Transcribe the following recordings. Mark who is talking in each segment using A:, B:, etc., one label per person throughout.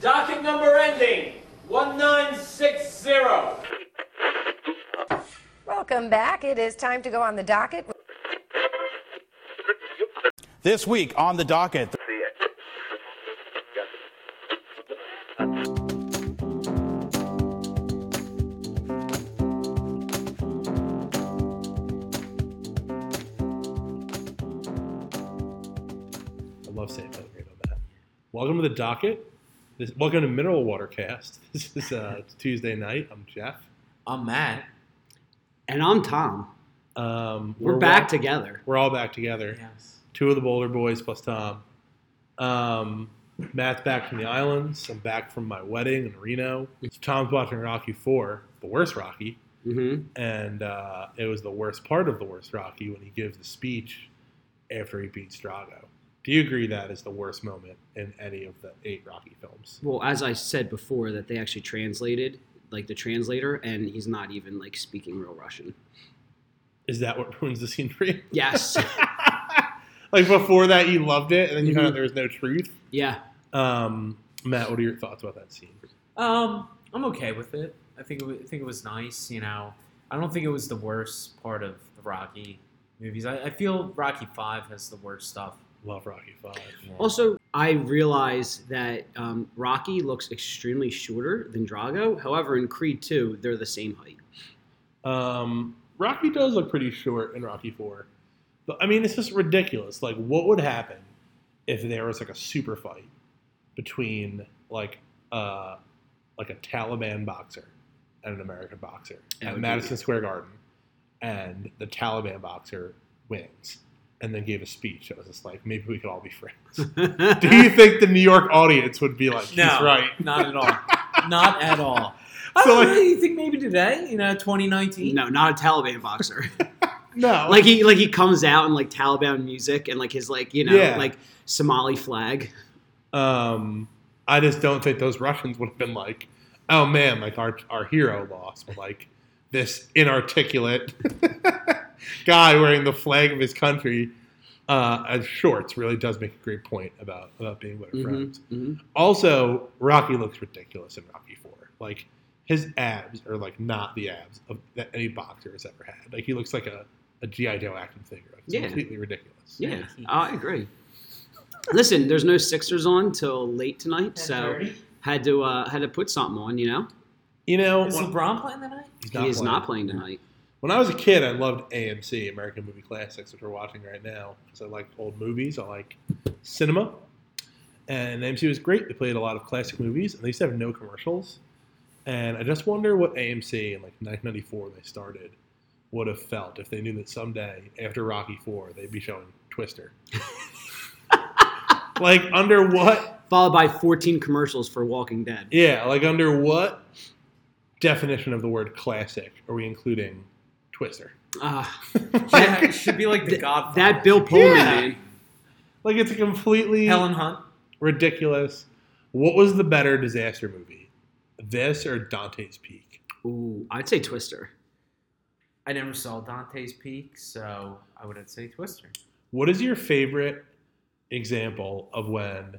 A: Docket number ending 1960.
B: Welcome back. It is time to go on the docket.
C: This week on the docket,
D: I love Sam Belgrade on that. Welcome to the docket. This, welcome to Mineral Water Cast. This is uh, Tuesday night. I'm Jeff.
E: I'm Matt.
F: And I'm Tom.
D: Um,
F: We're, back
D: wa-
F: together.
D: We're all back together.
E: Yes.
D: Two of the Boulder boys plus Tom. Um, Matt's back from the islands. I'm back from my wedding in Reno. Tom's watching Rocky Four, the worst Rocky,
F: Mm-hmm.
D: and uh, it was the worst part of the worst Rocky when he gives the speech after he beats Drago. Do you agree that is the worst moment in any of the eight Rocky films?
F: Well, as I said before, that they actually translated, like the translator, and he's not even like speaking real Russian.
D: Is that what ruins the scene for you?
F: Yes.
D: like before that you loved it and then you found out there was no truth
F: yeah.
D: um matt what are your thoughts about that scene
E: Um, I'm okay with it. I think it wa- I think it was nice. You know, I don't think it was the worst part of the Rocky movies. I, I feel Rocky Five has the worst stuff.
D: love rocky five
F: Also, I realize that um, Rocky looks extremely shorter than Drago. However, in Creed 2, they're the same height.
D: um rocky does look pretty short in rocky four but i mean it's just ridiculous like what would happen if there was like a super fight between like uh like a taliban boxer and an american boxer
F: That
D: at
F: would be-
D: madison square garden and the taliban boxer wins and then gave a speech that was just like maybe we could all be friends Do you think the New York audience would be like, he's right?
E: Not at all. not at all. I
D: So,
E: don't
D: like-
E: know, you think maybe today, you know, 2019?
F: no, not a Taliban boxer.
D: No.
F: like he like he comes out in like Taliban music and like his like, you know,
D: Yeah.
F: like Somali flag.
D: um, I just don't think those Russians would have been like, oh man, like our, our hero lost, but like this inarticulate guy wearing the flag of his country uh, as shorts really does make a great point about, about being better friends.
F: hmm
D: Also, Rocky looks ridiculous in Rocky Four. Like his abs are like not the abs of, that any boxer has ever had. Like he looks like a, a GI Joe action figure. It's
F: Yeah.
D: completely ridiculous.
F: Yeah, I agree. Listen, there's no Sixers on till late tonight, so had to uh, had to put something on. You know,
D: You know,
E: Is LeBron playing tonight?
D: he's
F: he is not playing tonight.
D: When I was a kid, I loved AMC, American Movie Classics, which we're watching right now, because I like old movies. I like cinema. And AMC was great. They played a lot of classic movies, and they used to have no commercials. And I just wonder what AMC in like 1994 when they started would have felt if they knew that someday after Rocky Four they'd be showing Twister. like under what?
F: Followed by 14 commercials for Walking Dead.
D: Yeah, like under what definition of the word classic are we including Twister?
F: Ah,
E: Yeah, it should be like the
F: Th-
E: Godfather.
F: that Bill Pullman
D: Yeah.
F: man.
D: Like it's a completely
E: Helen Hunt.
D: ridiculous. What was the better disaster movie, this or Dante's Peak?
F: Ooh, I'd say Twister.
E: I never saw Dante's Peak, so I would say Twister.
D: What is your favorite example of when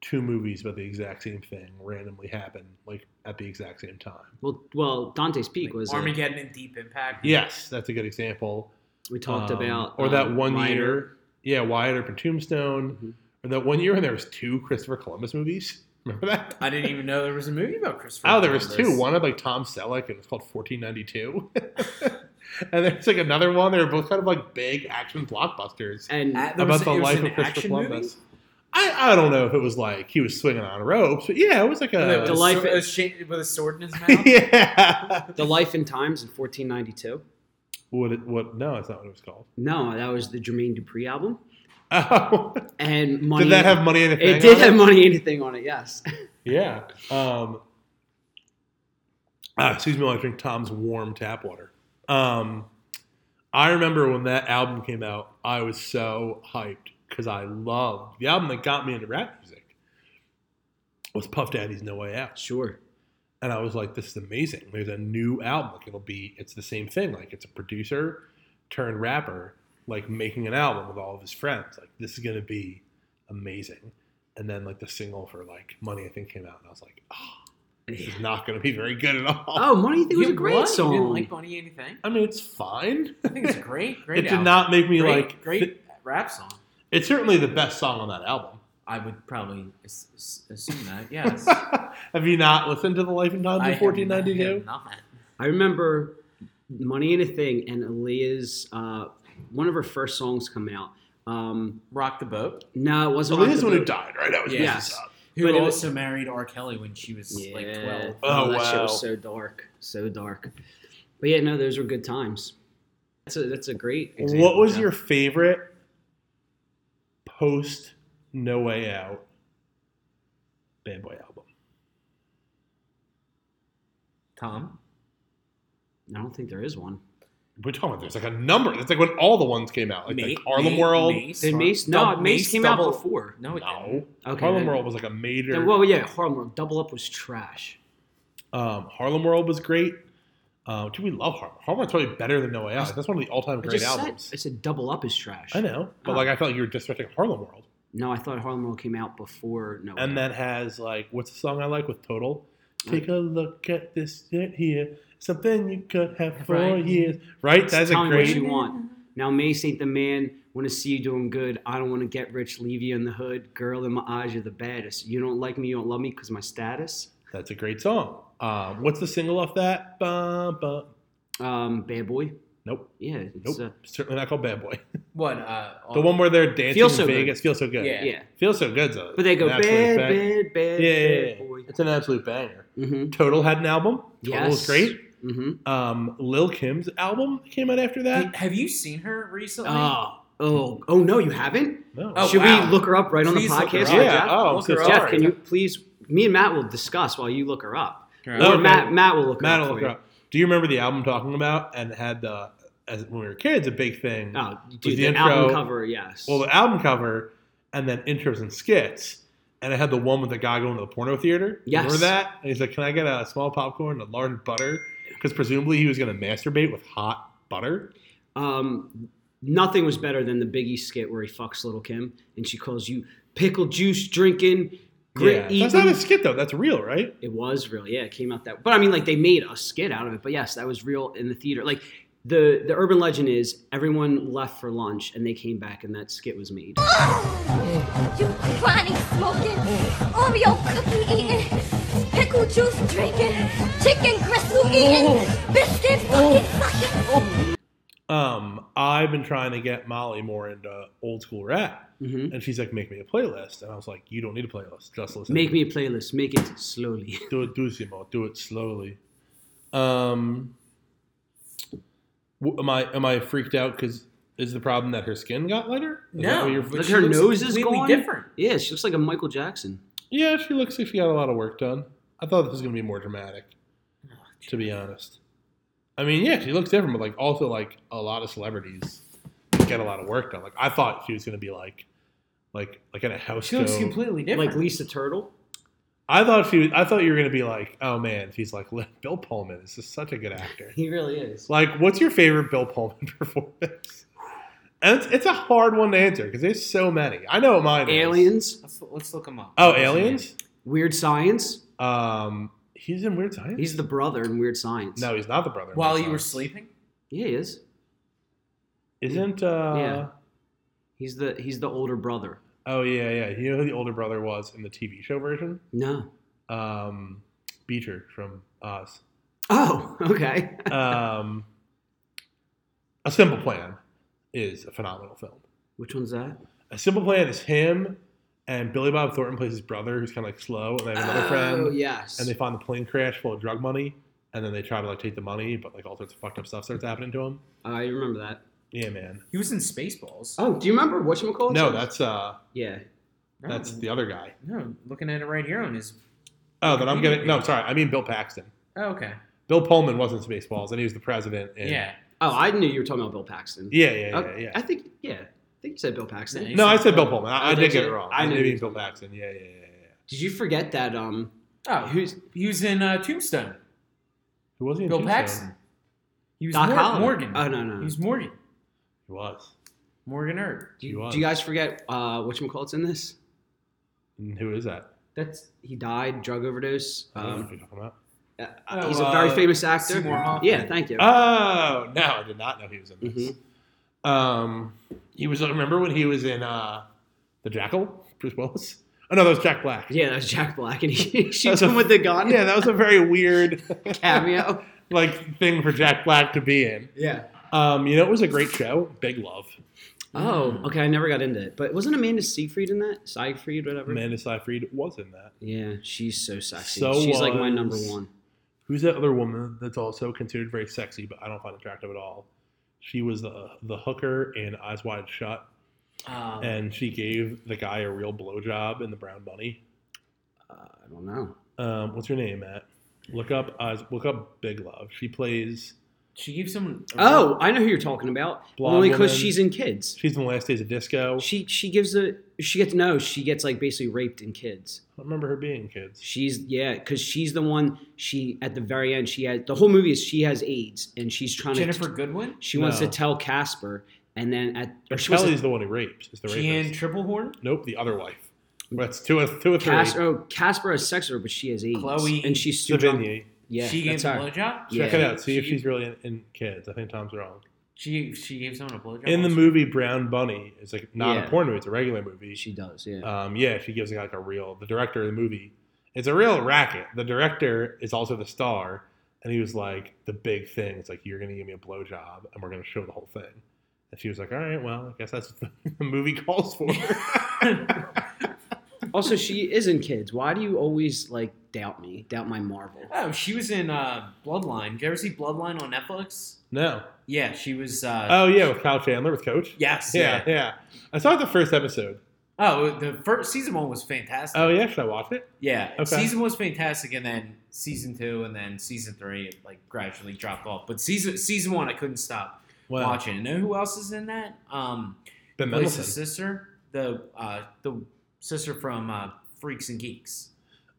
D: two movies about the exact same thing randomly happen, like at the exact same time?
F: Well, well, Dante's Peak
D: uh,
F: was. uh, a-
E: Armageddon and Deep Impact.
D: Yes, that's a good example.
F: we talked
D: Um,
F: about
D: or
F: um,
D: that one
F: Ryder.
D: year, yeah, Wyatt Earp and Tombstone,
F: Mhm.
D: or that one year when there was two Christopher Columbus movies. Remember that?
E: I didn't even know there was a movie about Christopher.
D: Oh, there was
E: Columbus.
D: two. One had like Tom Selleck, and it was called 1492. and there's like another one. They were both kind of like big action blockbusters
F: And
E: Uh, there was-
D: about the
E: it was
D: life
E: an
D: of Christopher
E: action movie?
D: Columbus. I, I don't know if it was like he was swinging on ropes, but yeah, it was like
E: With a-
D: a
E: with
F: The
E: a
F: life-
E: sword- a shi- with a sword in his mouth.
D: yeah.
F: the Life and Times in 1492.
D: What? It, what? No, that's not what it was called.
F: No, that was the Jermaine Dupri album.
D: Oh,
F: And money.
D: did that have money in the thing
F: It did
D: on
F: have money anything on it. Yes.
D: Yeah. Um, ah, excuse me while I drink Tom's warm tap water. Um, I remember when that album came out, I was so hyped because I loved the album that got me into rap music was Puff Daddy's No Way Out.
F: Sure.
D: And I was like, this is amazing. There's a new album. Like it'll be it's the same thing. Like it's a producer turned rapper, like making an album with all of his friends. Like this is gonna be amazing. and then like the single for like Money I think came out, and I was like, oh, this is not going to be very good at all.
F: Oh, Money Think was a
E: You-
F: great
E: what?
F: song.
E: You didn't like Bunny anything?
D: I mean, it's fine.
E: I think it's great. Great.
D: it did
E: album.
D: not make me
E: great,
D: like.
E: great
D: th-
E: rap song.
D: it's certainly the best song on that album.
E: I would probably as- as- assume that. Yes.
D: have you not listened to the Life and Times
E: I
D: of
E: have
D: fourteen ninety
E: not- I have
D: two?
E: Not.
F: I remember Money in a Thing and Aaliyah's, uh, one of her first songs come out. Um,
E: Rock the boat.
F: no, it wasn't. Rock
D: Aaliyah's
F: the
D: one who
F: Boat.
D: died, right? That was
E: Yes.
D: Jesus.
E: Who
F: But it was-
E: also married R. Kelly when she was like
F: Yeah.
E: twelve.
F: Oh,
D: Oh,
F: that shit
D: wow.
F: was so dark, so dark. But yeah, no, those were good times. That's a that's a great. Example,
D: What was
F: Jeff.
D: your favorite post No Way Out Bad Boy album?
E: Tom.
F: I don't think there is one.
D: We're talking about there's like a number. It's like when all the ones came out, like the
E: Ma-
D: Harlem
E: Ma-
D: World.
E: Mace,
F: Did
E: or-
F: Mace? No,
E: Dub-
F: Mace came out
E: double-
F: before.
E: No, it didn't.
D: No,
F: Okay,
D: Harlem
F: then-
D: World was like a major.
F: well, yeah, Harlem World. Double Up was trash.
D: um, Harlem World was great. Um, do we love Harlem? Harlem World's probably better than No Way Out. That's one of the all-time
F: I
D: great
F: just said,
D: albums.
F: I said Double Up is trash.
D: I know, but
F: Oh.
D: like I felt like you were disrespecting Harlem World.
F: No, I thought Harlem World came out before. No,
D: And that has like what's the song I like with Total? Take a look at this shit here. Something you could have for
E: Right.
D: years. Right? That's a
F: tell me what
D: great
F: you
E: Mm-hmm.
F: want. Now, Mace ain't the man. Want to see you doing good. I don't want to get rich. Leave you in the hood. Girl in my eyes, you're the baddest. You don't like me. You don't love me because my status.
D: That's a great song. Um, what's the single off that? Bum, bum.
F: Um, bad boy.
D: Nope.
F: Yeah.
D: Nope.
F: It's uh
D: Certainly not called Bad Boy.
E: What? Uh,
D: The one where they're dancing
F: Feel So
D: in
F: Good.
D: Vegas. Feels so good.
E: Yeah.
F: yeah.
D: Feel so good's a
F: But they go
D: an absolute
F: bad,
D: bang-
F: bad, bad,
D: Yeah, yeah,
F: bad
D: yeah.
F: boy.
D: It's an absolute banger.
F: Mm-hmm.
D: Total had an album. Total was
F: Yes.
D: great.
F: Mm-hmm.
D: Um, Lil Kim's album came out after that.
E: Have you seen her recently?
F: Oh, oh, oh no, you haven't.
D: No.
E: Oh,
F: Should
E: wow.
F: we look her up right on the
E: Please look her
F: podcast?
E: up.
F: for
D: yeah.
F: Jeff?
D: Oh, I'm
E: Look
D: so
E: her up.
D: sorry.
F: Jeff, can you please? Me and Matt will discuss while you look her up.
E: Right.
F: Or
D: Okay.
F: Matt, Matt will look her
D: Matt
F: up.
D: will
F: for
D: look her up. Do you remember the album I'm talking about? And it had the as when we were kids, a big thing.
F: you. Oh, dude,
D: the
F: the,
D: intro-
F: album cover, yes.
D: Well, the album cover, and then intros and skits. And I had the one with the guy going to the porno theater.
F: Yes.
D: Remember that? And he's like, "Can I get a small popcorn, a large butter?" Because presumably he was going to masturbate with hot butter.
F: um, nothing was better than the Biggie skit where he fucks Little Kim and she calls you pickle juice drinking, grit
D: that's
F: eating.
D: not a skit though. That's real, right?
F: It was real, yeah. It came out that, but I mean, like they made a skit out of it. But yes, that was real in the theater. Like the the urban legend is everyone left for lunch and they came back and that skit was made.
G: You chronic smoking, Oreo cookie eating, pickle juice drinking, chicken gristle eating, biscuit fucking sucking.
D: Um, I've been trying to get Molly more into old school rap,
F: Mhm.
D: and she's like, "Make me a playlist." And I was like, "You don't need a playlist. Just listen."
F: Make me a playlist. Make it slowly.
D: do it dussimo, do it slowly. Um, w- am I am I freaked out? Because is the problem that her skin got lighter? Is that
E: No,
D: what you're
E: but
D: fr-
F: Like
E: she
F: her
E: looks
F: nose is
E: completely
F: gone.
E: different.
F: Yeah, she looks like a Michael Jackson.
D: yeah, she looks like she got a lot of work done. I thought this was gonna be more dramatic,
E: Oh,
D: to be honest. I mean, yeah, she looks different, but like also like a lot of celebrities get a lot of work done. Like I thought she was gonna be like, like like in a house.
E: She looks
D: coat.
E: completely different.
F: Like Lisa Turtle.
D: I thought she. Was, I thought you were gonna be like, oh man, she's like Bill Pullman is just such a good actor.
F: He really is.
D: Like, what's your favorite Bill Pullman performance? And it's, it's a hard one to answer because there's so many. I know what mine is.
F: Aliens.
E: Let's, let's look him up.
D: Oh, Aliens.
F: Weird Science.
D: Um, he's in Weird Science.
F: He's the brother in Weird Science.
D: no, he's not the brother. in
E: While
D: Weird
E: you were
D: Science.
E: sleeping.
F: Yeah, he is.
D: isn't? Uh,
F: Yeah. He's the he's the older brother.
D: Oh yeah, yeah. You know who the older brother was in the TV show version?
F: No.
D: Um, Beecher from Oz.
F: Oh, okay.
D: Um, a Simple Plan is a phenomenal film.
F: Which one's that?
D: A Simple Plan is him and Billy Bob Thornton plays his brother, who's kind of like slow, and they have another friend.
F: Oh, yes.
D: and they find the plane crash full of drug money, and then they try to like take the money, but like all sorts of fucked up stuff starts happening to them.
F: I remember that.
D: Yeah, man.
E: He was in Spaceballs.
F: Oh, do you remember what you call
D: No, that's uh,
F: yeah.
E: No,
D: that's the other guy.
E: no. Looking at it right here on his.
D: Oh, that I'm gonna. No, sorry, I mean Bill Paxton.
E: Oh, okay.
D: Bill Pullman was in Spaceballs, and he was the president.
E: Yeah.
D: In,
F: Oh, I knew you were talking about Bill Paxton.
D: yeah, yeah,
F: Oh,
D: yeah. yeah.
F: I think yeah. I think you said Bill Paxton.
E: Yeah,
D: no, I said Bill Pullman. I,
F: Oh,
D: I did
F: did
D: get it
F: you?
D: wrong.
F: I
D: I
F: knew
D: knew
F: you
D: Bill Paxton. Yeah, yeah, yeah, yeah. yeah.
F: Did you forget that um
E: Oh, who's he was in uh, Tombstone?
D: Who was he? in
E: Bill
D: Tombstone?
E: Paxton. He was
F: Doc
E: Mor-
F: Holliday.
E: Morgan.
F: Oh, no, no.
E: He was Morgan.
D: He was.
E: Morgan Erd.
F: do
D: He
F: you,
D: was.
F: do you guys forget uh whatchamacallit's in this?
D: And who is that?
F: That's he died drug overdose.
D: I don't know what
F: Um,
D: you're talking about.
F: uh,
E: Oh,
F: he's a very
E: uh,
F: famous actor.
E: Seymour Hoffman.
F: Yeah, thank you.
D: Oh no, I did not know he was in this.
F: Mm-hmm.
D: Um, he was. Remember when he was in uh, the Jackal, Bruce Willis? Oh no, that was Jack Black.
F: yeah, that was Jack Black, and he shoots
D: That's a-
F: him with the gun.
D: Yeah, that was a very weird
F: cameo.
D: like thing for Jack Black to be in.
F: Yeah.
D: Um, you know, it was a great show. Big Love.
F: Oh, okay. I never got into it, but wasn't Amanda Siegfried in that? Siegfried, whatever.
D: Amanda Seyfried was in that.
F: Yeah, she's so sexy.
D: So
F: she's like my
D: was-
F: number one.
D: Who's that other woman that's also considered very sexy, but I don't find attractive at all? She was the the hooker in Eyes Wide Shut,
E: Um,
D: and she gave the guy a real blowjob in The Brown Bunny.
F: Uh, I don't know.
D: Um, what's her name, Matt? Look up Eyes. Look up Big Love. She plays.
E: she gave someone. a
F: Oh, I know who you're talking about.
D: Blonde
F: Only because
D: woman.
F: she's in kids.
D: She's in the Last Days of Disco.
F: She she gives a she gets no. She gets like basically raped in kids.
D: I don't remember her being in kids.
F: She's yeah, because she's the one. She at the very end, she has the whole movie is she has AIDS and she's trying
E: Jennifer
F: to.
E: Goodwin.
F: She wants to
D: No.
F: tell Casper, and then at or she wants to-
D: Kelly's the one who rapes. Is the
E: She and
D: rapist?
E: Triplehorn.
D: Nope, the other wife. That's two of two of three.
F: Cas- oh, Casper has sex with her, but she has AIDS.
E: Chloe
F: and she's too drunk.
D: Savigny.
F: Yeah,
E: she gave
F: that's
E: him a
F: her.
E: blowjob.
F: Yeah.
D: Check it out. See if
E: She-
D: she's really in, in kids. I think Tom's wrong.
E: She she gave someone a blowjob.
D: In the
E: also?
D: movie Brown Bunny, it's like not
F: Yeah.
D: a porn movie. It's a regular movie.
F: She does. Yeah.
D: um, yeah, she gives like a real. The director of the movie, it's a real racket. The director is also the star, and he was like the big thing. It's like you're gonna give me a blowjob, and we're gonna show the whole thing. And she was like, "All right, well, I guess that's what the movie calls for."
F: also, she is in kids. Why do you always like doubt me? Doubt my Marvel.
E: Oh, she was in uh, Bloodline. Did you ever see Bloodline on Netflix?
D: no.
E: Yeah, she was. Uh,
D: Oh yeah, with Kyle Chandler with Coach.
E: yes.
D: Yeah,
E: Yeah.
D: yeah. I saw the first episode.
E: Oh, the first season one was fantastic.
D: Oh yeah, should I watch it?
E: yeah.
D: okay.
E: Season one was fantastic, and then season two, and then season three, it, like gradually dropped off. But season season one, I couldn't stop
D: Wow.
E: watching. And know who else is in that? Um,
D: Ben
E: plays the
D: Mendelsohn.
E: sister, the uh, the sister from uh, Freaks and Geeks.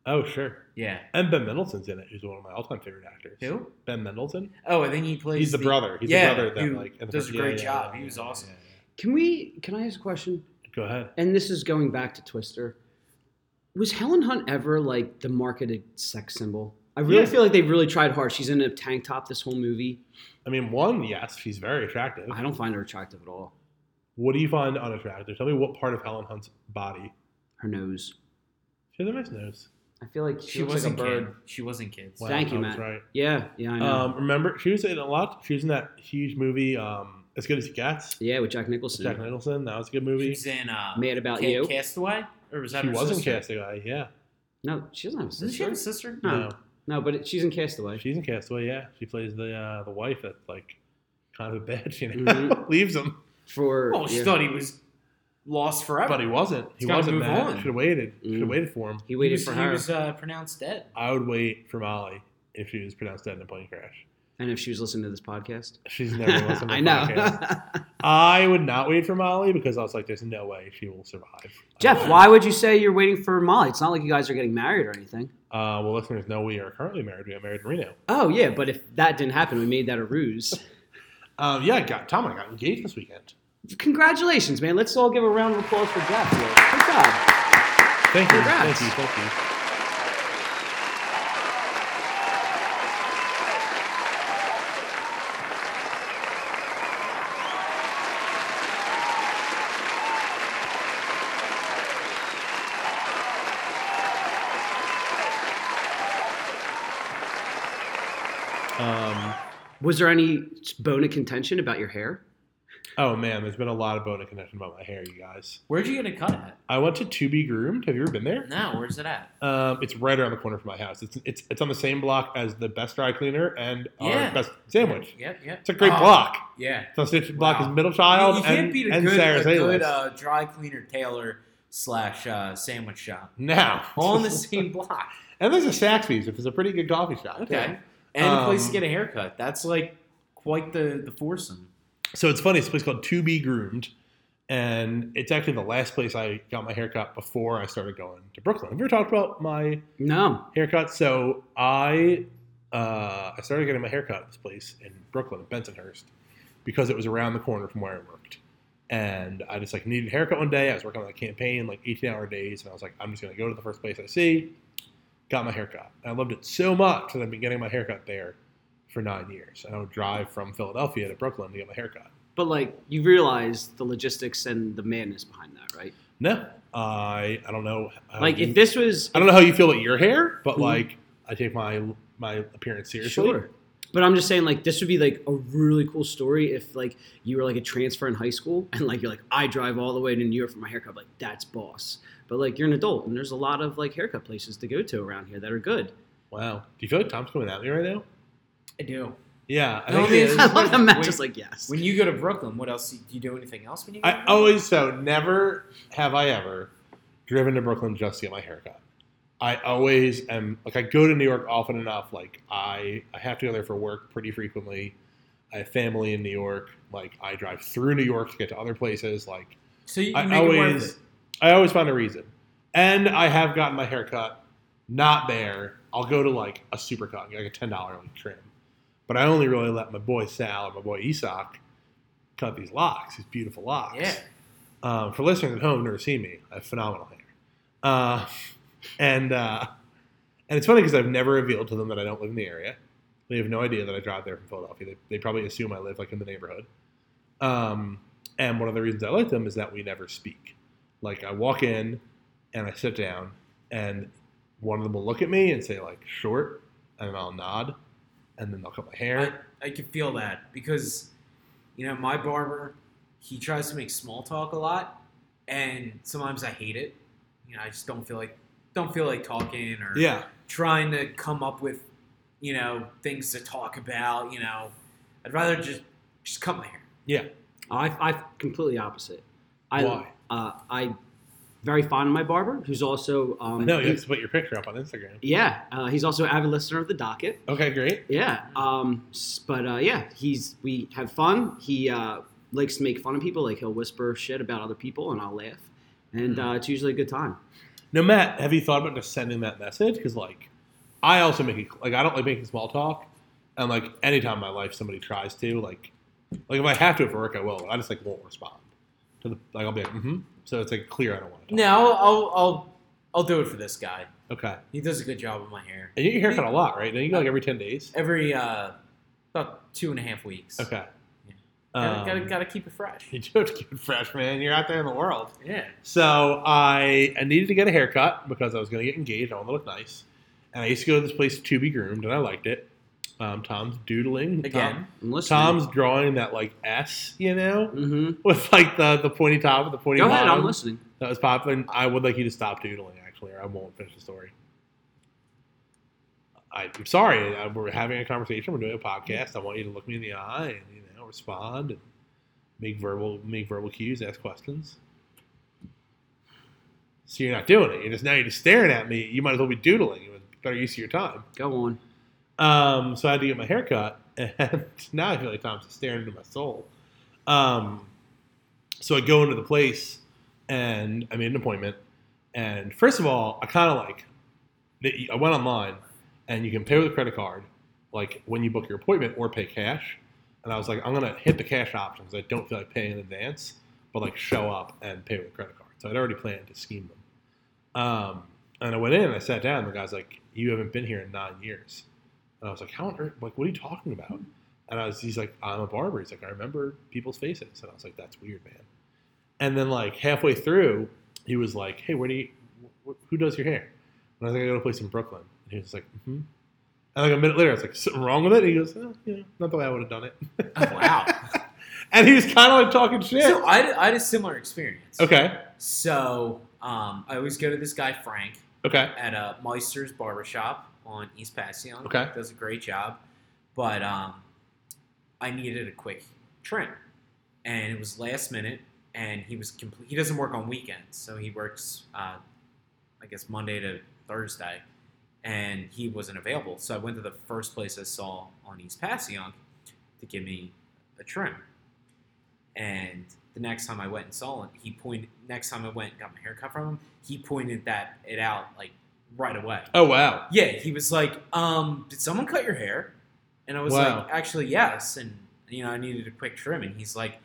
D: Oh sure.
E: Yeah.
D: And Ben Mendelsohn's in it, who's one of my all-time favorite actors.
E: Who?
D: Ben Mendelsohn.
E: Oh, and then he plays.
D: He's the, brother. He's
E: yeah,
D: the brother that
E: who
D: like in the
E: does
D: first-
E: a great
D: yeah, yeah,
E: job.
D: yeah,
E: he was
D: yeah,
E: awesome.
D: yeah, yeah.
F: Can we? Can I ask a question?
D: Go ahead.
F: And this is going back to Twister. Was Helen Hunt ever like the marketed sex symbol? I really
D: Yeah.
F: feel like they really tried hard. She's in a tank top this whole movie.
D: I mean, one, yes, she's very attractive.
F: I don't find her attractive at all.
D: What do you find unattractive? Tell me what part of Helen Hunt's body.
F: Her nose.
D: She has a nice nose.
F: I feel like she,
E: She
F: looks like a
E: wasn't
F: bird.
E: kid. She wasn't kids.
D: Wow,
F: Thank you,
D: I was
F: Matt.
D: Right.
F: Yeah, yeah, I
E: Mm.
F: know.
D: Um, remember, she was in a lot. She was in that huge movie, um, As Good as It Gets.
F: yeah, with Jack Nicholson.
D: Jack Nicholson. That was a good movie.
E: She's in uh,
F: Mad About
E: Ca-
F: You.
E: Castaway, or was that
D: She
E: her
D: was in
E: sister?
D: Castaway. Yeah.
F: No, she doesn't have a
E: Doesn't she have
F: sister.
E: a sister?
F: No.
D: No.
F: No, but it, she's in Castaway.
D: She's in Castaway. Yeah. She plays the uh, the wife that's like kind of a bitch. You know,
E: Mm-hmm.
F: Mhm.
D: leaves him.
F: For
D: Oh,
E: Well, Oh, she
F: yeah.
E: thought he was lost forever.
D: But he wasn't. He
E: He's gotta
D: wasn't.
E: move on.
D: Matt. Should have waited. Should
F: Mm.
D: have waited for him.
F: he
E: He
F: waited
E: was,
F: for
E: he
F: her.
E: was uh, pronounced dead.
D: I would wait for Molly if she was pronounced dead in a plane crash.
F: and if she was listening to this podcast,
D: She's never listened to the
F: I know.
D: podcast. I would not wait for Molly because I was like, there's no way she will survive.
F: Jeff, why would you say you're waiting for Molly? It's not like you guys are getting married or anything.
D: Uh, well, listeners know we are currently married. We got married in Reno.
F: Oh yeah, but if that didn't happen, we made that a ruse.
D: Um, yeah, I got, Tom and I got engaged this weekend.
F: Congratulations, man! Let's all give a round of applause for Jeff. Here. Good job.
D: Thank you.
F: Congrats.
D: Thank you. Thank you. Um,
F: Was there any bone of contention about your hair?
D: oh man, there's been a lot of bone and connection about my hair, you guys.
E: Where'd you get a cut at?
D: I went to To Be Groomed. Have you ever been there?
E: No, where's it at?
D: Um, it's right around the corner from my house. It's it's it's on the same block as the best dry cleaner and
E: Yeah.
D: our best sandwich.
E: Yep, yep.
D: It's a great
E: Oh,
D: block.
E: Yeah.
D: So it's block
E: Wow.
D: is middle child
E: you, you
D: and,
E: can't beat a
D: and
E: good,
D: Sarah's
E: a
D: A-list.
E: good uh, dry cleaner tailor slash uh, sandwich shop.
D: now
E: All on the same block.
D: and there's a Saxby's, which is a pretty good coffee shop.
E: Okay.
D: too.
E: And a place to
D: Um,
E: get a haircut. That's like quite the, the foursome.
D: So it's funny. It's a place called To Be Groomed, and it's actually the last place I got my haircut before I started going to Brooklyn. Have you ever talked about my
F: No.
D: haircut? So I uh, I started getting my haircut at this place in Brooklyn, Bensonhurst, because it was around the corner from where I worked. and I just like needed a haircut one day. I was working on a campaign, like 18 hour days, and I was like, I'm just gonna go to the first place I see. Got my haircut. And I loved it so much that I've been getting my haircut there for nine years. And I would drive from Philadelphia to Brooklyn to get my haircut.
F: But like you realize the logistics and the madness behind that, right?
D: No, I I don't know. how
F: Like
D: you-
F: if this was
D: I don't know how you feel about your hair, but
F: Mhm.
D: like I take my my appearance seriously.
F: Sure. But I'm just saying, like, this would be like a really cool story if, like, you were like a transfer in high school and, like, you're like, I drive all the way to New York for my haircut. Like, that's boss. But, like, you're an adult and there's a lot of, like, haircut places to go to around here that are good.
D: Wow. Do you feel like Tom's coming at me right now?
E: I do.
D: Yeah. I
E: No,
D: think he
E: I mean,
D: is.
E: it's-
F: I love that Matt
E: Wait.
F: just like, yes.
E: When you go to Brooklyn, what else? Do you do anything else when you go? to
D: I
E: Brooklyn?
D: always so never have I ever driven to Brooklyn just to get my haircut. I always am like I go to New York often enough. Like I I have to go there for work pretty frequently. I have family in New York. Like I drive through New York to get to other places. Like
E: So you, you
D: I
E: make always, it
D: always
E: worth it.
D: I always find a reason. And I have gotten my haircut not there. I'll go to like a supercut, and get, like a ten dollar like trim. But I only really let my boy Sal and my boy Isak cut these locks, these beautiful locks.
E: Yeah.
D: Um, for listeners at home who've never seen me, I have phenomenal hair. Uh, and uh, and it's funny because I've never revealed to them that I don't live in the area. They have no idea that I drive there from Philadelphia. They, they probably assume I live like in the neighborhood. Um, and one of the reasons I like them is that we never speak. Like I walk in and I sit down, and one of them will look at me and say like short, and I'll nod, and then they'll cut my
E: I,
D: hair.
E: I can feel that because, you know, my barber, he tries to make small talk a lot, and sometimes I hate it. You know, I just don't feel like don't feel like talking or
D: yeah,
E: trying to come up with, you know, things to talk about. You know, I'd rather just just cut my hair.
D: yeah.
F: I, I completely opposite. I,
D: Why?
F: Uh, I very fond of my barber, who's also. Um,
D: No, you have to put your picture up on Instagram.
F: Yeah. Uh, he's also an avid listener of the docket.
D: Okay, great.
F: Yeah. Um, s- but uh, yeah, he's we have fun. He uh, likes to make fun of people. Like he'll whisper shit about other people, and I'll laugh. And
D: Hmm.
F: uh, it's usually a good time.
D: Now, Matt, have you thought about just sending that message? Because like, I also make it like I don't like making small talk, and like anytime in my life somebody tries to like, like if I have to for work, I will. I just like won't respond to the like I'll be like mm-hmm. So it's like clear I don't want to. Talk.
E: No, I'll I'll I'll do it for this guy.
D: Okay,
E: He does a good job with my hair.
D: and you get your haircut a lot, right? Then you go like every ten days.
E: Every uh, about two and a half weeks.
D: Okay.
E: Gotta,
D: Um,
E: gotta, gotta keep it fresh.
D: You do have to keep it fresh, man. You're out there in the world.
E: Yeah.
D: So I, I needed to get a haircut because I was going to get engaged. I wanted to look nice. And I used to go to this place to be groomed, and I liked it. Um, Tom's doodling. Tom-
E: Again.
F: And listen,
D: Tom's drawing that like S, you know,
F: hmm
D: with like the, the pointy top and the pointy
F: Go
D: bottom.
F: ahead. I'm listening.
D: That was popular. And I would like you to stop doodling, actually, or I won't finish the story. I, I'm sorry. I, we're having a conversation. We're doing a podcast. I want you to look me in the eye and you know respond and make verbal make verbal cues, ask questions. So you're not doing it. You're just now you're just staring at me. You might as well be doodling. It was better use of your time.
F: Go on.
D: Um, so I had to get my hair cut, and now I feel like Tom's staring into my soul. Um, so I go into the place, and I made an appointment. And first of all, I kind of like I went online, and you can pay with a credit card, like when you book your appointment, or pay cash. And I was like, I'm gonna hit the cash options. I don't feel like paying in advance, but like show up and pay with a credit card. So I'd already planned to scheme them. Um, and I went in, and I sat down. And the guy's like, "You haven't been here in nine years." And I was like, how on earth, like, what are you talking
E: Hmm.
D: about? And I was, he's like, I'm a barber. He's like, I remember people's faces. And I was like, that's weird, man. And then like halfway through, he was like, hey, where do you, wh- wh- who does your hair? And I was like, I go to a place in Brooklyn. And he was like, mm-hmm. And like a minute later, I was like, something wrong with it? And he goes, "Eh, you know, not the way I would have done it.
E: Oh, wow.
D: and he was kind of like talking shit.
E: so I, had- I had a similar experience.
D: okay.
E: So um, I always go to this guy Frank
D: Okay.
E: at a Meister's barbershop on East Passyunk.
D: Okay.
E: Does a great job, but um, I needed a quick trim, and it was last minute. And he was complete. He doesn't work on weekends, so he works, uh, I guess, Monday to Thursday, and he wasn't available. So I went to the first place I saw on East Passyunk to give me a trim. And the next time I went and saw him, he pointed. Next time I went and got my haircut from him, he pointed that it out like right away.
D: Oh, wow.
E: Yeah, he was like, um, "Did someone cut your hair?" And I was
D: Wow.
E: like, "Actually, yes." And you know, I needed a quick trim, and he's like,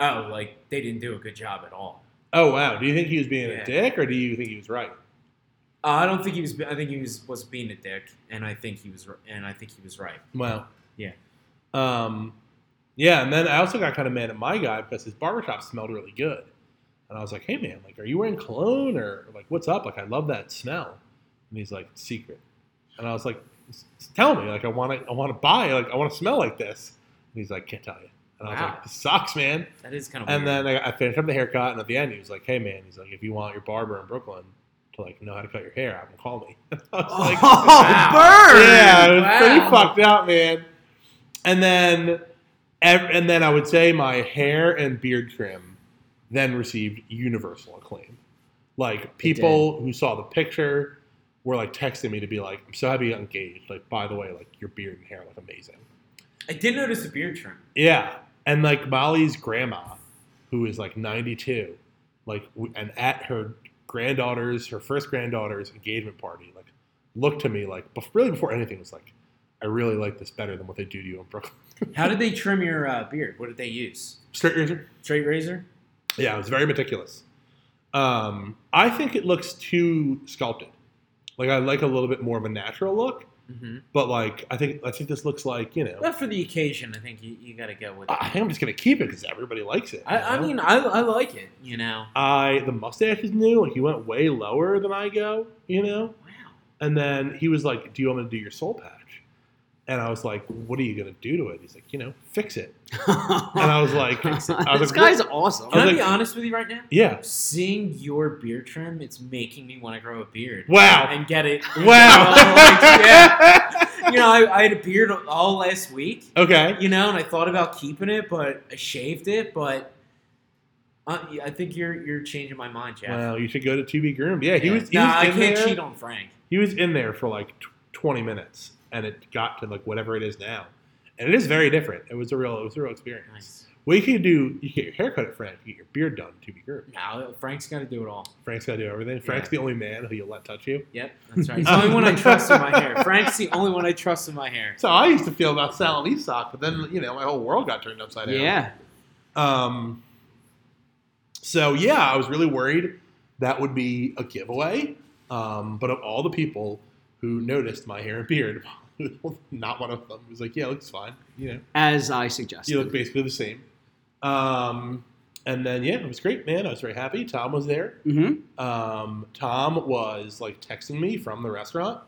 E: oh, like they didn't do a good job at all.
D: Oh wow. Do you think he was being
E: Yeah.
D: a dick, or do you think he was right?
E: Uh, I don't think he was. I think he was was being a dick, and I think he was. r- And I think he was right.
D: Wow.
E: Yeah.
D: Um, yeah, and then I also got kind of mad at my guy because his barbershop smelled really good, and I was like, "Hey man, like, are you wearing cologne or like what's up? Like, I love that smell." And he's like, "Secret," and I was like, "S- "Tell me, like, I want to, I want to buy, like, I want to smell like this." And he's like, "Can't tell you." And I was
E: Wow.
D: like, "This sucks, man."
E: That is kind of.
D: And
E: weird.
D: then I, I finished up the haircut, and at the end, he was like, "Hey man," he's like, "If you want your barber in Brooklyn to like know how to cut your hair, have him call me." I was like,
E: Oh, Wow.
D: yeah, it was pretty
E: Wow.
D: fucked up, man. And then, ev- and then I would say my hair and beard trim then received universal acclaim. Like people who saw the picture were like texting me to be like, "I'm so happy you got engaged." Like, by the way, like your beard and hair look amazing.
E: I did notice the beard trim.
D: Yeah, and like Molly's grandma, who is like 92, like w- and at her granddaughter's, her first granddaughter's engagement party, like looked to me like bef- really before anything was like, I really like this better than what they do to you in Brooklyn.
E: How did they trim your uh, beard? What did they use?
D: Straight razor.
E: Straight razor?
D: Yeah, it was very meticulous. Um, I think it looks too sculpted. Like I like a little bit more of a natural look,
E: Mm-hmm.
D: but like I think I think this looks like you know.
E: But for the occasion, I think you, you got to go with it.
D: I think I'm just gonna keep it because everybody likes it.
E: I,
D: you
E: I
D: know?
E: mean, I, I like it. You know.
D: I the mustache is new. Like he went way lower than I go, you know.
E: Wow.
D: And then he was like, "Do you want me to do your soul patch?" And I was like, "What are you gonna do to it?" He's like, "You know, fix it." And I was like, I was
F: this
D: like,
F: guy's
D: "What?"
F: awesome.
E: Can I,
D: was
E: be
D: like-
E: honest with you right now?
D: Yeah.
E: Seeing your beard trim, it's making me want to grow a beard.
D: Wow.
E: And get it. Oh,
D: Wow.
E: Like, yeah. You know, I, I had a beard all last week.
D: okay.
E: You know, and I thought about keeping it, but I shaved it. But uh, I think you're you're changing my mind, Jeff.
D: Well, you should go to To Be Groomed. Yeah, he was. He
E: Nah,
D: was
E: I
D: in
E: can't
D: there.
E: cheat on Frank.
D: He was in there for like tw- twenty minutes, and it got to like whatever it is now, and it is very different. It was a real, it was a real experience.
E: Nice.
D: Well, you can do. You get your haircut at Frank. You get your beard done. at To be groomed.
E: No, Frank's got to do it all.
D: Frank's got to do everything. Frank's the only man who you'll let touch you.
E: Yep, that's right. He's the only one I trust in my hair. Frank's the only one I trust in my hair.
D: So I used to feel about Sal and Esoc, but then you know my whole world got turned upside down.
F: yeah.
D: Um. So yeah, I was really worried that would be a giveaway. Um, but of all the people who noticed my hair and beard, not one of them was like, "Yeah, it looks fine." You know,
F: As I suggested.
D: you look basically the same. Um, and then yeah, it was great, man. I was very happy. Tom was there.
F: hmm
D: um, Tom was like texting me from the restaurant,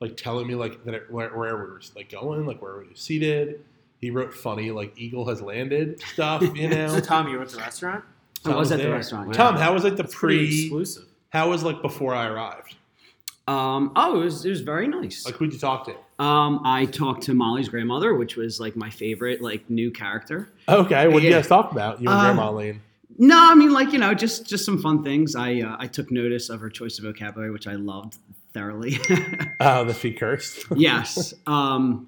D: like telling me like that it, where, where we were like going, like where we were seated. He wrote funny like "Eagle has landed" stuff, you
E: So
D: know.
E: Tom, you were at the restaurant.
F: I was
D: Tom's
F: at the
D: there.
F: restaurant. yeah.
D: Tom, how was like the
E: Pretty
D: pre?
E: exclusive.
D: How was like before I arrived?
F: Um, oh, it was it was very nice.
D: Like who'd you talk to?
F: Um, I talked to Molly's grandmother, which was like my favorite like new character.
D: Okay, what did you
F: Yeah.
D: guys talk about? You and
F: Um,
D: Grandma Lane.
F: No, I mean like you know just just some fun things. I uh, I took notice of her choice of vocabulary, which I loved thoroughly.
D: Oh, that she cursed.
F: yes. Um,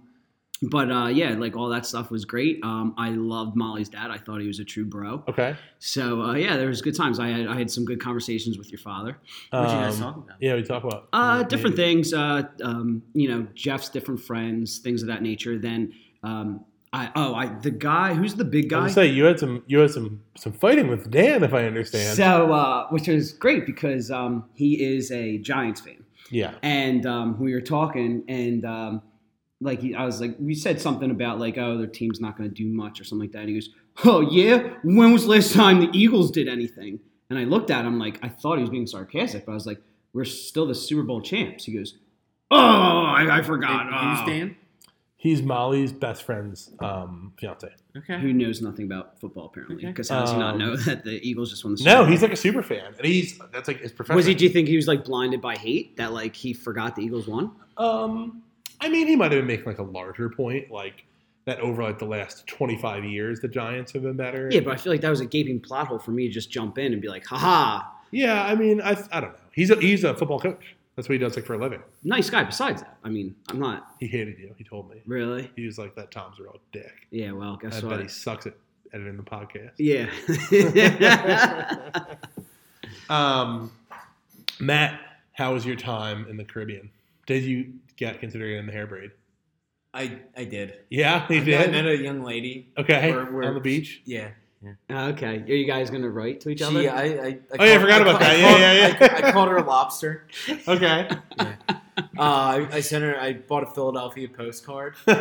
F: but uh, yeah, like all that stuff was great. Um, I loved Molly's dad. I thought he was a true bro.
D: okay.
F: So uh, yeah, there was good times. I had I had some good conversations with your father.
E: What did you
D: Um,
E: guys talk about?
D: Yeah, we talk about
F: Uh, different things. Uh, um, you know, Jeff's different friends, things of that nature. Then um, I oh I the guy who's the big
D: I
F: guy.
D: was gonna say you had some you had some some fighting with Dan, if I understand.
F: So uh, which was great because um, he is a Giants fan.
D: yeah.
F: and um, we were talking, and um, like he- I was like, we said something about like, oh, their team's not going to do much or something like that. And he goes, oh yeah, when was the last time the Eagles did anything? And I looked at him like I thought he was being sarcastic, but I was like, we're still the Super Bowl champs. He goes, oh, I, I forgot.
E: Who's
F: oh."
E: Dan?
D: He's Molly's best friend's um, fiance.
E: Okay.
F: Who knows nothing about football apparently?
E: Okay.
F: Because how does he not
D: Um,
F: know that the Eagles just won the Super
D: No,
F: Bowl?
D: he's like a super fan, and he's that's like his profession.
F: was he? Do you think he was like blinded by hate that like he forgot the Eagles won?
D: um, I mean, he might have been making like a larger point, like that over like the last twenty five years, the Giants have been better.
F: Yeah, but I feel like that was a gaping plot hole for me to just jump in and be like, haha,
D: yeah. I mean, I I don't know. He's a he's a football coach. That's what he does like for a living.
F: nice guy besides that. I mean, I'm not
D: He hated you. He told me
F: really.
D: he was like that. Tom's a real dick.
F: Yeah, well,
D: I
F: guess
D: bet he
F: what?
D: sucks at editing the podcast.
F: Yeah.
D: Um, Matt, how was your time in the Caribbean? Did you get considered in the hair braid?
E: I I did.
D: Yeah, he
E: I met
D: did.
E: met a young lady.
D: Okay,
E: We're- we're-
D: on the beach.
E: Yeah.
F: Okay, are you guys gonna write to each other?
E: She, I, I, I
D: Oh, yeah, I forgot about that. Yeah, yeah,
E: I,
D: yeah.
E: I called her a lobster.
D: Okay.
E: Yeah. Uh, I, I sent her. I bought a Philadelphia postcard.
D: so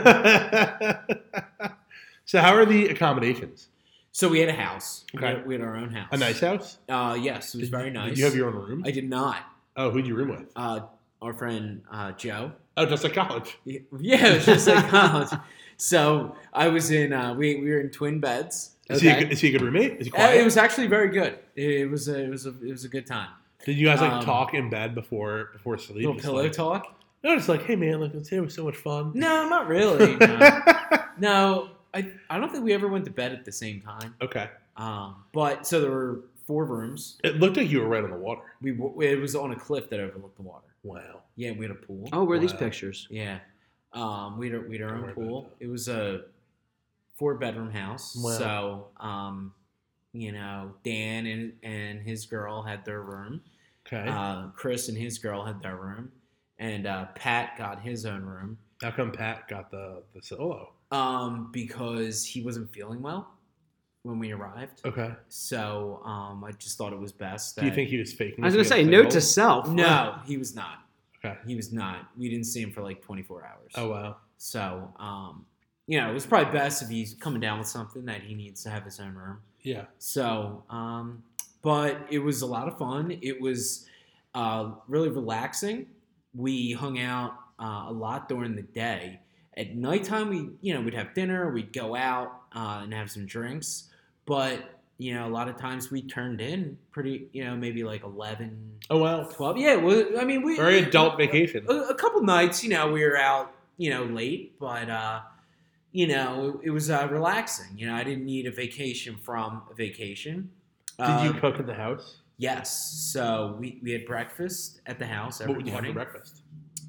D: how are the accommodations?
E: So we had a house. We
D: Okay.
E: had, we had our own house.
D: A nice house?
E: Uh, yes, it was
D: Did-
E: very nice.
D: Did you have your own room?
E: I did not.
D: oh, who'd you room with?
E: Uh, our friend uh, Joe.
D: Oh, just like college.
E: Yeah, it was just like oh. so. I was in. Uh, we we were in twin beds.
D: Is, he a
F: Okay.
D: good, is he a good roommate? Is he
E: Uh,
D: quiet?
E: It was actually very good. It was a, it was a, it was a good time.
D: Did you guys like
E: um,
D: talk in bed before before sleep?
E: Little
D: Just
E: pillow
D: like-
E: talk.
D: No, just like, hey man, like today was so much fun.
E: No, not really. No, No, I I don't think we ever went to bed at the same time.
D: okay.
E: Um, but so there were four rooms.
D: It looked like you were right on the water.
E: We w- it was on a cliff that overlooked the water.
D: Wow.
E: Yeah, we had a pool.
F: oh, where are these
D: Wow.
F: pictures?
E: Yeah. Um, we had our, we had our
D: Don't
E: own
D: worry about
E: pool. It was a four bedroom house.
D: Wow.
E: So, um, you know, Dan and, and his girl had their room.
D: Okay.
E: Uh, Chris and his girl had their room. And uh, Pat got his own room
D: how come Pat got the the solo?
E: um, because he wasn't feeling well when we arrived.
D: Okay.
E: So um, I just thought it was best. That
D: Do you think he was faking?
F: I was
D: it
F: gonna
D: to
F: say,
D: get
F: note
D: sales?
F: to self.
E: No, he was not.
D: Okay.
E: He was not. We didn't see him for like 24 hours.
D: Oh wow.
E: So, um, you know, it was probably best if he's coming down with something that he needs to have his own room.
D: Yeah.
E: So, um, but it was a lot of fun. It was uh, really relaxing. We hung out uh, a lot during the day. At nighttime, we you know we'd have dinner, we'd go out uh, and have some drinks. But you know, a lot of times we turned in pretty you know maybe like 11,
D: Oh wow.
E: 12. Yeah, well, I mean we
D: Very adult vacation.
E: a, a couple nights, you know, we were out, you know, late, but uh, you know, it, it was uh, relaxing. You know, I didn't need a vacation from a vacation.
D: Did you
E: Uh,
D: cook at the house?
E: Yes. So we, we had breakfast at the house every
D: What would you have
E: morning.
D: for breakfast?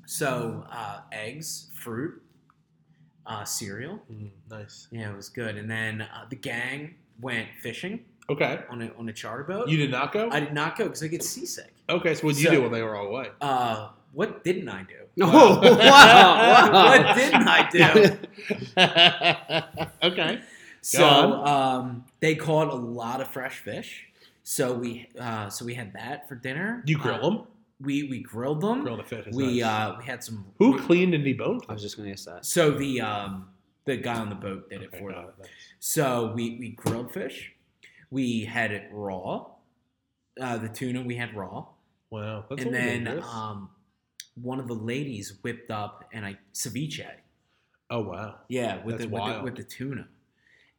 E: so uh, eggs, fruit, uh, cereal.
D: Mm, nice.
E: Yeah, it was good. And then uh, the gang went fishing
D: Okay.
E: on a on a charter boat.
D: You did not go.
E: I did not go because I get seasick.
D: okay. So what did you
E: So-
D: do when they were all away?
E: Uh, what didn't I do?
F: Oh, wow, wow.
E: What didn't I do?
D: okay.
E: So
D: Go on.
E: um, they caught a lot of fresh fish. So we uh, so we had that for dinner. Uh,
D: You grill them.
E: We we grilled them.
D: Grill the fish. is
E: we
D: nice.
E: uh, we had some.
D: Who cleaned and deboned?
F: I was
D: them?
F: just gonna ask that.
E: So the um, the guy on the boat did it
D: Okay,
E: for
D: got
E: them.
D: it, nice.
E: So we we grilled fish. We had it raw. Uh, the tuna we had raw,
D: Wow. That's
E: and
D: a little
E: then
D: dangerous.
E: um, one of the ladies whipped up and I ceviche.
D: oh wow.
E: Yeah,
D: That's
E: with the, with the
D: wild.
E: with the tuna,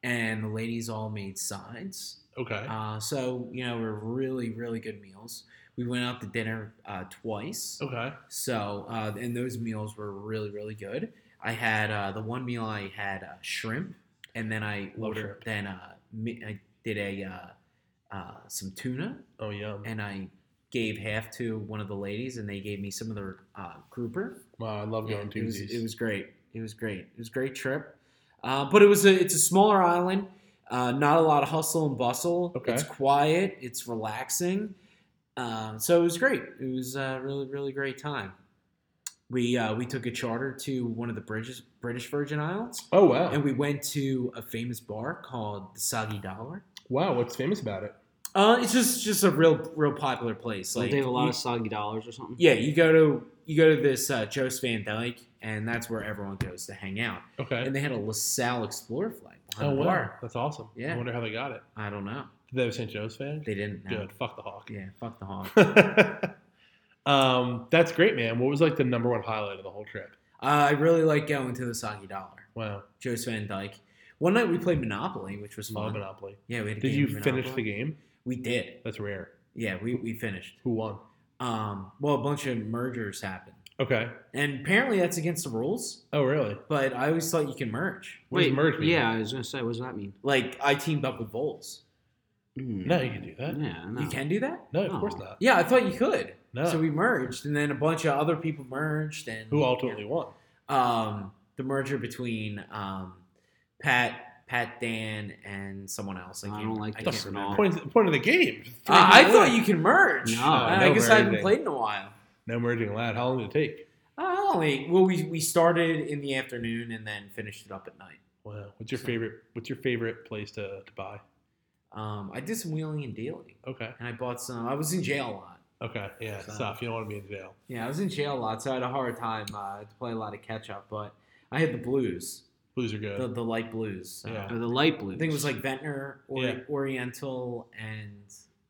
E: and the ladies all made sides.
D: Okay.
E: Uh, so you know, were really really good meals. We went out to dinner uh, twice.
D: okay.
E: So uh, and those meals were really really good. I had uh, the one meal I had uh, shrimp, and then I
D: Love
E: ordered
D: shrimp.
E: then uh, mi- I did a uh, uh, some tuna,
D: Oh yum.
E: and I gave half to one of the ladies, and they gave me some of their uh, grouper.
D: Wow, I love
E: Yeah,
D: going
E: it was,
D: Tuesdays.
E: it was great. It was great. It was a great trip. Uh, but it was a it's a smaller island. Uh, not a lot of hustle and bustle.
D: Okay.
E: It's quiet. It's relaxing. Uh, so it was great. It was a really really great time. We uh, we took a charter to one of the British British Virgin Islands,
D: oh wow.
E: and we went to a famous bar called the Soggy Dollar.
D: wow, what's famous about it?
E: Uh, it's just just a real real popular place.
F: Don't
E: Like
F: they have a lot
E: you-
F: of soggy dollars or something?
E: yeah, you go to you go to this uh, Joe's Van Dyke, and that's where everyone goes to hang out.
D: Okay.
E: And they had a LaSalle Explorer flag
D: oh
E: behind the
D: wow,
E: bar.
D: that's awesome.
E: Yeah.
D: I wonder how they got it.
E: I don't know.
D: Did they have a St. Joe's fan?
E: They didn't know.
D: Good. Fuck the Hawk.
E: Yeah, fuck the hog.
D: um, that's great, man. What was like the number one highlight of the whole trip?
E: uh, I really like going to the Soggy Dollar.
D: Wow,
E: Joe's Van Dyke. One night we played Monopoly, which was
D: love
E: fun.
D: Monopoly.
E: Yeah, we had a
D: Did
E: game
D: you
E: of
D: finish the
E: Monopoly.
D: game?
E: We did.
D: That's rare.
E: Yeah, we, we finished.
D: Who won?
E: Um, well, a bunch of mergers happened,
D: Okay.
E: and apparently that's against the rules.
D: Oh really?
E: But I always thought you can merge.
D: What does
F: Wait,
D: merge mean?
F: yeah, I was gonna say, what does that mean?
E: Like I teamed up with Voles.
F: Mm.
D: No, you can do that.
F: Yeah, no.
E: You can do that.
D: No, of
F: No.
D: course not.
E: Yeah, I thought you could.
D: Oh. No.
E: So we merged, and then a bunch of other people merged, and
D: Who ultimately won?
E: um, the merger between um, Pat, Pat Dan, and someone else.
F: I
E: I, can't,
F: don't like
E: I
F: this
E: can't
F: at
E: remember.
F: all.
D: Point, point of the game.
E: Uh, I thought you can merge.
F: No.
E: Uh, I
D: No
E: guess I haven't
D: merging.
E: played in a while.
D: No merging allowed. How long did it take?
E: Uh, only well, we we started in the afternoon and then finished it up at night.
D: Wow. What's your favorite? What's your favorite place to, to buy?
E: Um, I did some wheeling and dealing,
D: Okay.
E: and I bought some. I was in jail a lot.
D: Okay. Yeah.
E: So-
D: Stop. You don't want to be in jail.
E: Yeah, I was in jail a lot, so I had a hard time. Uh, I had to play a lot of catch up, but I had the blues,
D: Blues are good.
E: the, the light blues. So.
D: Yeah.
F: Or Oh, the light blues.
E: I think it was like Ventnor, or
D: Yeah.
E: Oriental, and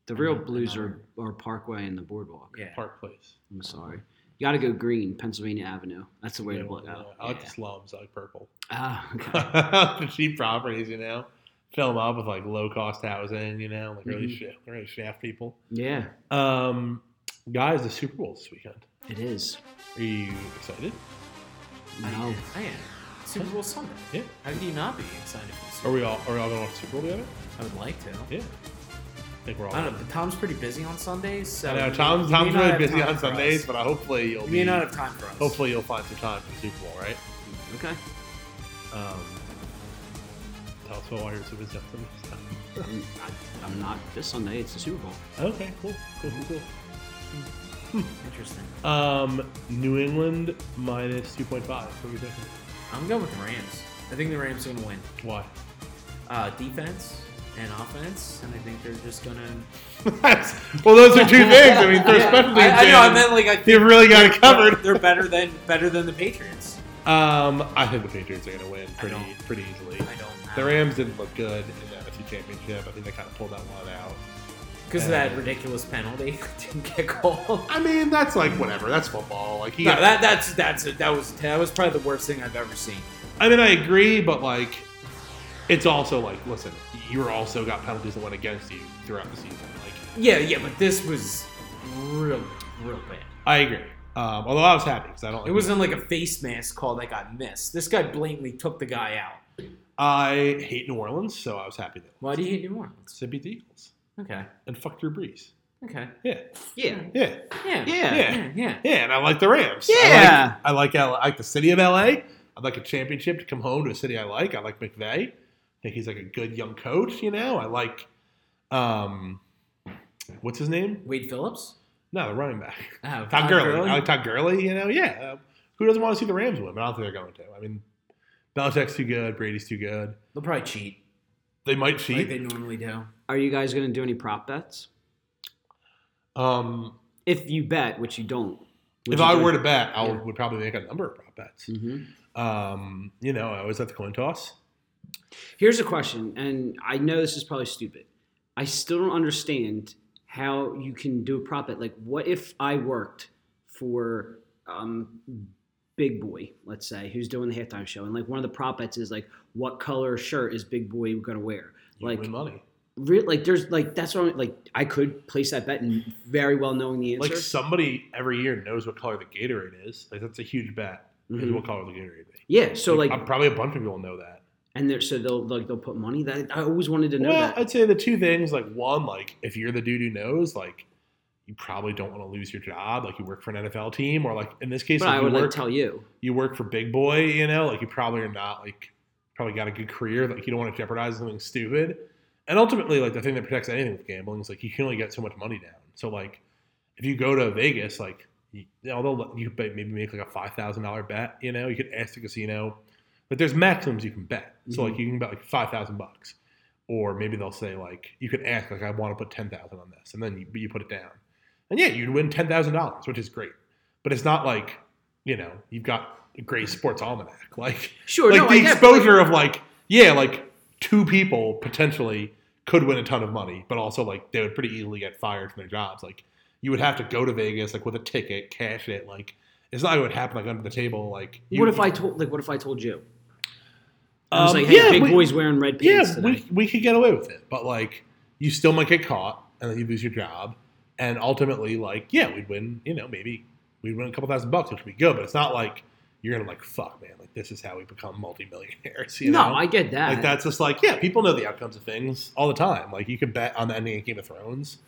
F: the real
E: another-
F: blues are,
E: another-
F: are Parkway and the Boardwalk.
E: yeah,
D: Park Place.
F: I'm sorry. You got to go green, Pennsylvania Avenue. That's the way
D: Yeah,
F: to look
D: well,
F: at it.
D: yeah. I like
F: Oh, Yeah.
D: the slums. I like purple.
F: Ah, okay.
D: the cheap properties, you know, fill them up with like low cost housing, you know, like really,
E: Mm-hmm.
F: Mhm.
D: shaft, really shaft people.
F: Yeah,
D: Um, guys, the Super Bowl this weekend.
F: it is.
D: Are you excited?
F: No.
D: Oh.
E: I am. Super Bowl Sunday.
D: Yeah.
E: How could you not be excited for the Super
D: Are we all are we all going to watch the Super Bowl together?
E: Bowl? I would like to.
D: Yeah. I think we're all.
E: I don't know, but Tom's pretty busy on Sundays, so
D: I know
E: we-
D: Tom's,
E: we
D: Tom's
E: may not
D: really
E: have
D: busy
E: time
D: on
E: for us.
D: Sundays, but I hopefully you'll
E: We may
D: be.
E: not have time for us.
D: hopefully you'll find some time for the Super Bowl, right?
F: Okay.
D: Um, tell us about why you're so busy on Sundays.
F: I'm, I, I'm not this Sunday. It's the Super Bowl.
D: Okay, cool, cool, cool,
E: Interesting.
D: cool. Um, New England minus two point five. What are we thinking?
E: I'm going with the Rams. I think the Rams are going to win.
D: Why?
E: Uh, defense and offense, and I think they're just going to
D: well, those are two things. I mean, they're specialty
E: I, I know. I
D: teams.
E: meant like I think
D: You've really got it
E: they're,
D: covered.
E: they're better than better than the Patriots.
D: Um, I think the Patriots are going to win pretty
E: don't-
D: pretty easily.
E: I don't know.
D: The Rams didn't look good in the NFC Championship. I think they kind of pulled that one out.
E: because of
D: Uh.
E: that ridiculous penalty that didn't get called.
D: I mean, that's like whatever. That's football. Like, you
E: No,
D: got-
E: that that's that's it. That was that was probably the worst thing I've ever seen.
D: I mean, I agree, but like, it's also like, listen, you also got penalties that went against you throughout the season. Like,
E: Yeah, yeah, but this was real real bad.
D: I agree. Um, although I was happy because I don't. Like
E: It wasn't like a face mask call that got missed. This guy blatantly took the guy out.
D: I hate New Orleans, so I was happy that
E: Why do you hate New Orleans?
D: they beat the Eagles
E: Okay,
D: and fuck Drew Brees.
E: okay,
D: Yeah,
F: Yeah.
D: yeah.
E: yeah,
F: Yeah.
E: yeah, yeah.
D: Yeah, and I like the Rams.
F: Yeah.
D: I like I like, L- I like the city of LA. I like a championship to come home to a city I like. I like McVay. I think he's like a good young coach, you know. I like um what's his name?
E: Wade Phillips,
D: No, the running back.
E: oh,
D: Todd Gurley. I like Todd Gurley, you know, yeah. Uh, who doesn't want to see the Rams win? But I don't think they're going to. I mean Belichick's too good, Brady's too good.
E: They'll probably cheat
D: They might
E: like
D: cheat.
E: they normally do.
F: Are you guys gonna do any prop bets?
D: um
F: If you bet, which you don't.
D: if I were to bet, I would, would probably make a number of prop bets.
F: hmm
D: Um, you know, I always like the coin toss.
F: Here's a question, and I know this is probably stupid. I still don't understand how you can do a prop bet. Like, what if I worked for um, Big Boy, let's say, who's doing the halftime show, and like one of the prop bets is like, what color shirt is Big Boy gonna wear?
D: You
F: like,
D: win money.
F: re- like there's like that's what I'm like. I could place that bet and very well knowing the answer.
D: Like somebody every year knows what color the Gatorade is. Like that's a huge bet. Is
F: Mhm.
D: what color the Gatorade be?
F: yeah, so like,
D: Uh, probably a bunch of people know that.
F: and they're so they'll like they'll put money. That I always wanted to know
D: well,
F: that.
D: I'd say the two things. Like one, like if you're the dude who knows, like you probably don't want to lose your job. Like you work for an NFL team, or like in this case,
F: But
D: like,
F: I
D: you
F: would
D: work
F: like tell you.
D: you work for Big Boy. You know, like you probably are not like probably got a good career. Like you don't want to jeopardize something stupid. And ultimately, like the thing that protects anything with gambling is like you can only get so much money down. So like if you go to Vegas, like you, although let- you could bet- maybe make like a five thousand dollar bet, you know, you could ask the casino. But there's maximums you can bet. So
F: Mm-hmm.
D: like you can bet like five thousand bucks, or maybe they'll say like you can ask like I want to put ten thousand on this, and then you, you put it down, and yeah, you'd win ten thousand dollars, which is great. But it's not like you know you've got a great sports almanac like
F: Sure,
D: like
F: no, I
D: the
F: get-
D: exposure of like yeah like two people potentially could win a ton of money but also like they would pretty easily get fired from their jobs like you would have to go to vegas like with a ticket cash it like it's not like it would happen like under the table like you-
F: what if I told like what if I told you?
D: um,
F: I was like, hey,
D: yeah,
F: Big
D: we,
F: Boy's wearing red pants
D: yeah
F: today.
D: we, we could get away with it but like you still might get caught and then you lose your job and ultimately like yeah we'd win you know maybe we'd win a couple thousand bucks which would be good but it's not like you're gonna like fuck man like this is how we become multimillionaires you
F: no,
D: know
F: I get that.
D: like that's just like yeah people know the outcomes of things all the time like you can bet on the ending of game of thrones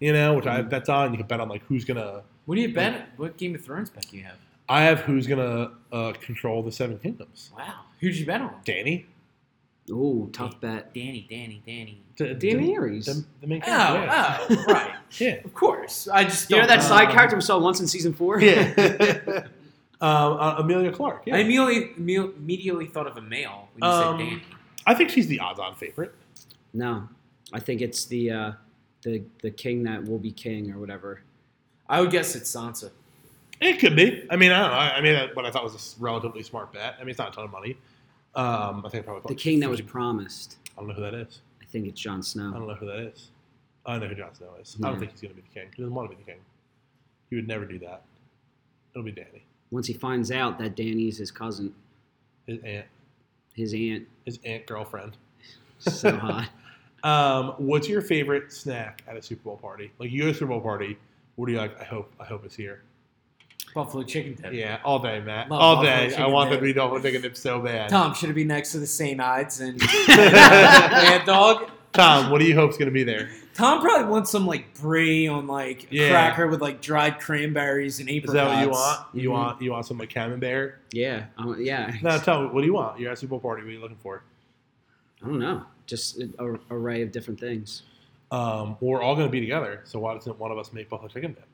D: you know which i bet on you can bet on like who's gonna
E: What do you bet? What Game of Thrones bet do you have?
D: i have who's gonna uh, control the seven kingdoms
E: Wow, who'd you bet on?
D: danny
F: Ooh, tough bet.
E: Danny, Danny, Danny.
D: D-
F: Daenerys.
D: the, the main
E: Oh,
D: character, yeah.
E: oh, right.
D: yeah
E: Of course. I just
F: You know
E: don't
F: that side
D: Um,
F: character we saw once in season four?
D: Yeah. um, uh, Amelia Clark. Yeah.
E: I immediately, imme- immediately thought of a male when you
D: Um,
E: said Danny.
D: I think she's the odds-on favorite.
F: no. I think it's the uh, the the king that will be king or whatever.
E: I would guess it's Sansa.
D: It could be. I mean, I don't know. I I mean, uh, what I thought was a s- relatively smart bet. I mean, it's not a ton of money. Um, I think I probably thought
F: The king that was
D: 50
F: promised.
D: I don't know who that is.
F: I think it's Jon
D: I don't
F: Snow.
D: know who that is. I don't know who Jon Snow is. I don't
F: Yeah.
D: think he's going to be the king. He doesn't want to be the king. He would never do that. It'll be Danny,
F: Once he finds out that Danny's his cousin,
D: his aunt,
F: his aunt,
D: his aunt girlfriend.
F: so hot.
D: Um, what's your favorite snack at a Super Bowl party? Like you go to a Super Bowl party, what do you like? I hope, I hope it's here.
E: Buffalo chicken dip.
D: Yeah, all day, Matt.
E: Love
D: all
E: buffalo
D: day. I
E: chicken
D: want them
E: dip.
D: to be double chicken dip so bad.
E: Tom should it be next to the St. Ides and Mad Dog.
D: Tom, what do you hope's going to be there?
E: Tom probably wants some like brie on like a
D: Yeah.
E: cracker with like dried cranberries and
D: Is
E: apricots.
D: that what you want? You
F: Mhm.
D: want you want some like camembert?
F: Yeah, I want- yeah.
D: No, tell me what do you want? You're at a Super Bowl party. What are you looking for?
F: I don't know. Just an ar- array of different things.
D: Um, we're all going to be together, so why doesn't one of us make buffalo chicken dip?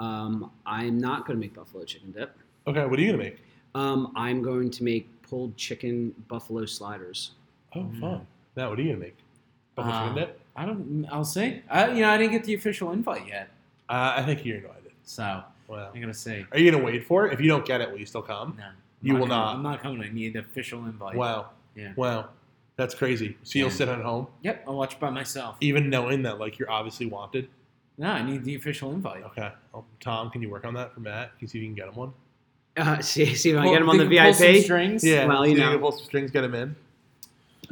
F: Um, I'm not going to make buffalo chicken dip.
D: Okay, what are you going to make?
F: Um, I'm going to make pulled chicken buffalo sliders.
D: Oh, fun. Matt, what are you going to make? Buffalo
E: Mm-hmm. Uh,
D: chicken dip?
E: I don't. I'll say. I, you know, I didn't get the official invite yet,
D: Uh, I think you're going to it.
E: so I'm
D: Wow.
E: gonna say
D: Are you going to wait for it? If you don't get it, will you still come?
E: no. I'm
D: You will
E: coming.
D: not.
E: I'm not coming. I need the official invite.
D: Wow.
E: Yeah.
D: Wow. That's crazy. So you'll
E: Yeah.
D: sit at home,
E: Yep. I'll watch by myself.
D: even knowing that like you're obviously wanted.
E: No, I need the official invite.
D: Okay. Um, Tom, can you work on that for Matt? Can you see if you can get him one?
F: Uh, see, see if I
E: Pull-
F: get him on
E: they
F: the
E: can pull some
F: VIP.
E: strings.
F: Well, you
D: see if
F: know.
D: can pull some strings, get him in.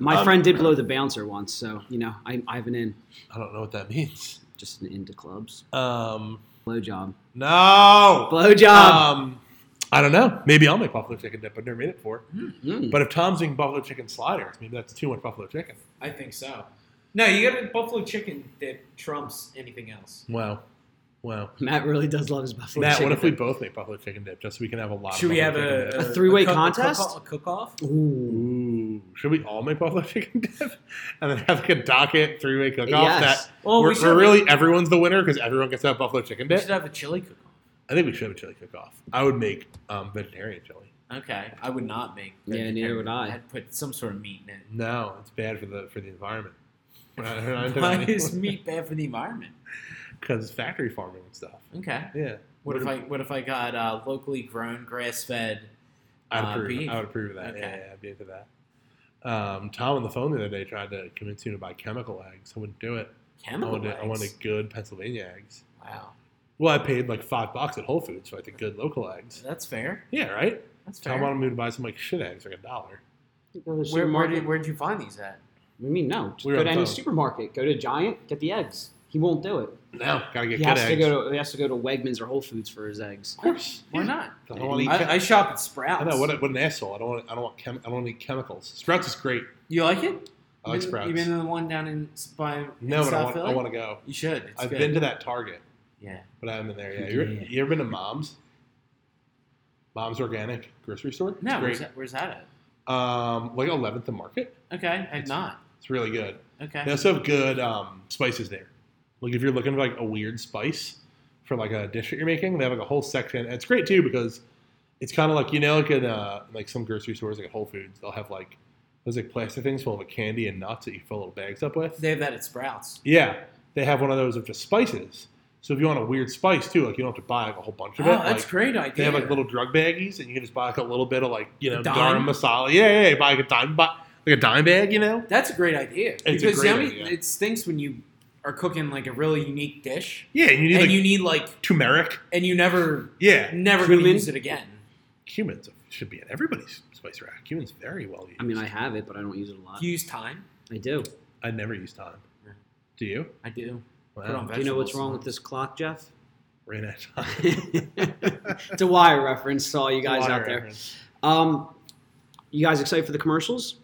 F: My
D: Um,
F: friend did
E: uh,
F: blow the bouncer once, so you know I, I have an in,
D: I don't know what that means.
F: just an in to clubs.
D: Um,
F: Blow job.
D: no.
F: Blow
E: Oh.
F: job.
D: Um, I don't know. Maybe I'll make buffalo chicken dip. I've never made it before.
E: Mm-hmm.
F: Mm.
D: But if Tom's eating buffalo chicken sliders, maybe that's too much buffalo chicken.
E: I think so. No, you got a buffalo chicken that trumps anything else.
D: Wow. Wow.
F: Matt really does love his buffalo
D: Matt,
F: chicken.
D: what if we both make buffalo chicken dip just so we can have a lot
E: Should
D: of
E: we have
D: buffalo
E: a,
D: chicken dip?
F: A three-way
E: cook-
F: contest?
E: cook- A cook-off?
F: Ooh.
D: Ooh, should we all make buffalo chicken dip and then have like a docket three way cook off?
F: Yes.
D: That
E: Well, we
D: we're,
E: should
D: we're
E: have-
D: really everyone's the winner because everyone gets to have buffalo chicken
E: We
D: dip.
E: should have a chili cook-off.
D: I think we should have a chili cook off. I would make um, vegetarian chili.
E: Okay, I would not make.
F: Yeah, neither would I.
E: I'd put some sort of meat in it.
D: No, it's bad for the for the environment.
E: Why is meat bad for the environment?
D: Because it's factory farming and stuff.
E: Okay.
D: Yeah.
E: What if I what if I got uh, locally grown, grass fed?
D: I'd
E: uh,
D: approve.
E: beef?
D: I would approve of that.
E: Okay.
D: Yeah, yeah, I'd be into that. Um, Tom on the phone the other day tried to convince me to buy chemical eggs. I wouldn't do it.
E: Chemical
D: I wanted, I
E: eggs?
D: wanted good Pennsylvania eggs.
E: Wow,
D: Well, I paid like five bucks at Whole Foods for like the good local eggs.
E: that's fair.
D: Yeah, right.
E: That's
D: Tom
E: fair.
D: wanted me to buy some like shit eggs, like a dollar.
E: Where, where did where'd you find these at?
F: I mean, no. Just
D: We were
F: go
D: on the
F: to any
D: phone.
F: supermarket. Go to Giant. Get the eggs. He won't do it.
D: No, gotta get
F: He
D: good
F: has to
D: eggs.
F: go. To, he has to go to Wegmans or Whole Foods for his eggs.
D: of course,
E: Why not?
D: I don't want to eat.
E: I, I
D: I,
E: shop at Sprouts.
D: I know what, a, what an asshole. I don't want. I don't want. Chem, I don't need chemicals. Sprouts is great.
E: You like it?
D: I like
E: You been-
D: Sprouts.
E: You been to the one down in by
D: No, but
E: in South
D: I want.
E: Philly?
D: I want to go.
E: You should. It's
D: I've
E: good.
D: been to that Target,
E: Yeah.
D: but I haven't been there yet. You, ever- you ever been to Mom's? Mom's Organic Grocery Store. It's
E: No, where's
D: great.
E: that, where's that
D: Um, like Eleventh and Market.
E: at? Okay, I've not.
D: It's really good.
E: Okay.
D: They also have good um, spices there. Like if you're looking for like a weird spice for like a dish that you're making, they have like a whole section. And it's great too because it's kind of like you know like in uh, like some grocery stores like at Whole Foods they'll have like those like plastic things full of like candy and nuts that you fill little bags up with.
E: They have that at Sprouts.
D: Yeah, they have one of those of just spices. So if you want a weird spice too, like you don't have to buy like, a whole bunch
E: Oh,
D: of it.
E: that's
D: like,
E: great idea.
D: They have like little drug baggies, and you can just buy like a little bit of like you know
E: dime?
D: garam masala. Yeah, yeah, yeah. Buy like a dime, bu- like a dime bag, you know.
E: That's a great idea.
D: a
E: because
D: great
E: yummy,
D: idea.
E: it stinks when you are cooking like a really unique dish,
D: Yeah, and you need
E: and
D: like
E: you need like,
D: turmeric.
E: and you never,
D: Yeah,
E: never going to
F: Cumin?
E: use it again.
D: humans should be in everybody's spice rack. Humans very well used.
F: I mean, I have it, but I don't use it a lot.
E: Do you use thyme?
F: I do.
D: I never use time.
E: Yeah.
D: Do you?
E: I do.
D: Wow.
E: Put on
F: Do you know what's
E: vegetables.
F: wrong with this clock, Jeff?
D: Ran out of time.
F: it's a wire reference to all you guys
D: Water
F: out there.
D: reference.
F: Um, you guys excited for the commercials?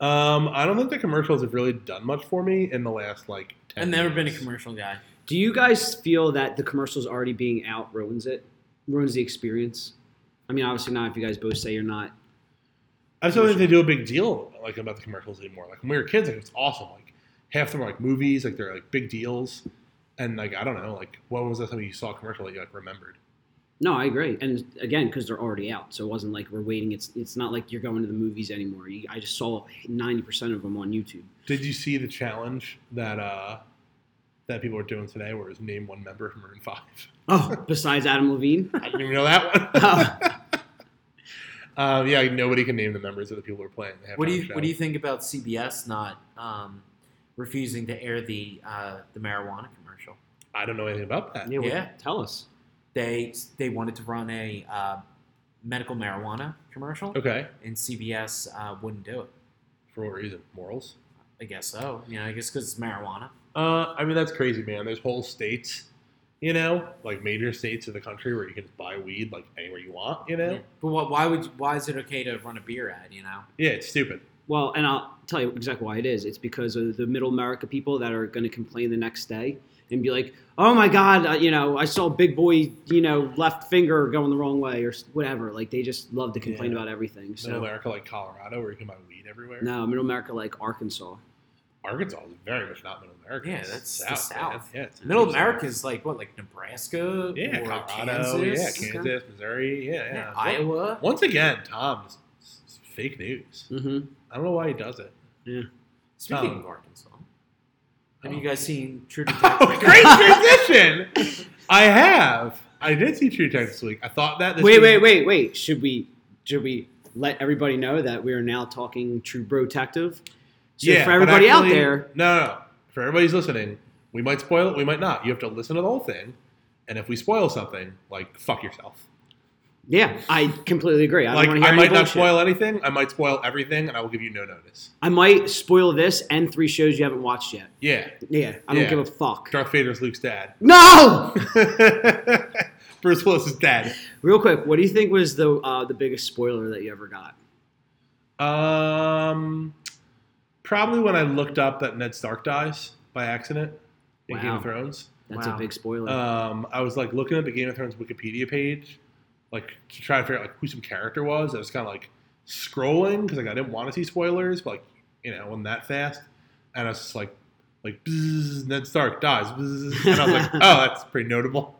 D: Um, I don't think the commercials have really done much for me in the last like. 10
E: I've never been a
D: years.
E: commercial guy.
F: Do you guys feel that the commercials already being out ruins it? Ruins the experience? I mean, obviously not if you guys both say you're not.
D: I just don't think they do a big deal like about the commercials anymore. Like when we were kids, like, it was awesome. Like half of them are like movies, like they're like big deals, and like I don't know, like when was the last time you saw a commercial that you like remembered?
F: No, I agree. And again, because they're already out, so it wasn't like we're waiting. It's it's not like you're going to the movies anymore. You, I just saw ninety percent of them on YouTube.
D: Did you see the challenge that uh, that people are doing today, where it's name one member of Maroon Five?
F: Oh, besides Adam Levine.
D: I didn't even know that one.
F: Oh.
D: um, yeah, nobody can name the members of the people who are playing. the
E: What do
D: halftime
E: you What do
D: show.
E: you think about CBS not um, refusing to air the uh, the marijuana commercial?
D: I don't know anything about that.
F: yeah, well,
E: Yeah.
F: Tell us.
E: They they wanted to run a uh, medical marijuana commercial,
D: Okay,
E: and CBS uh, wouldn't do it.
D: for what reason? Morals.
E: I guess so. You know, I guess because it's marijuana.
D: Uh, I mean, that's crazy, man. There's whole states, you know, like major states of the country where you can buy weed like anywhere you want, you know? Yeah,
E: But what, why would you- why is it okay to run a beer ad? You know,
D: it's stupid.
F: Well, and I'll tell you exactly why it is. It's because of the middle America people that are going to complain the next day and be like, "Oh my God, uh, you know, I saw Big Boy, you know, left finger going the wrong way or s- whatever." Like they just love to complain
D: Yeah.
F: about everything.
D: Middle
F: So
D: America, like Colorado, where you can buy weed everywhere.
F: no, middle America like Arkansas.
D: Arkansas is very much not Middle America.
E: Yeah,
D: It's
E: that's the
D: man.
E: South.
D: Yeah, it's
E: Middle
D: deep
E: America is like what, like Nebraska,
D: South. Yeah,
E: or
D: Colorado.
E: Kansas?
D: Yeah, Kansas, Missouri. Yeah, yeah.
E: Yeah, Iowa.
D: Once again, Tom, it's- it's fake news.
F: Mm-hmm.
D: I don't know why he does it.
E: Speaking
D: Um,
E: of Arkansas, have you
D: oh.
E: guys seen True
D: Oh,
E: Detective?
D: great transition! I have. I did see True Detective this week. I thought that. This
F: Wait,
D: week-
F: wait, wait, wait. Should we should we let everybody know that we are now talking True Protective? So for
D: but
F: everybody out
D: actually-
F: there,
D: No, no, no. For everybody's listening, we might spoil it, we might not. You have to listen to the whole thing. And if we spoil something, like, fuck yourself.
F: yeah, I completely agree. I
D: like,
F: don't want to
D: I
F: hear any
D: might not
F: bullshit.
D: spoil anything, I might spoil everything, and I will give you no notice.
F: I might spoil this and three shows you haven't watched yet.
D: Yeah.
F: Yeah, I
D: Yeah.
F: don't give a fuck.
D: Darth Vader's Luke's dad.
F: No.
D: Bruce Willis's dad.
F: Real quick, what do you think was the uh, the biggest spoiler that you ever got?
D: Um, probably when I looked up that Ned Stark dies by accident in Game
F: Wow.
D: of Thrones.
F: That's
E: Wow.
F: a big spoiler.
D: um, I was like looking at the Game of Thrones Wikipedia page, like to try to figure out like who some character was. I was kind of like scrolling because like I didn't want to see spoilers, but like you know, it wasn't that fast. And I was just like, like bzzz, Ned Stark dies, bzzz. and I was like, oh, that's pretty notable.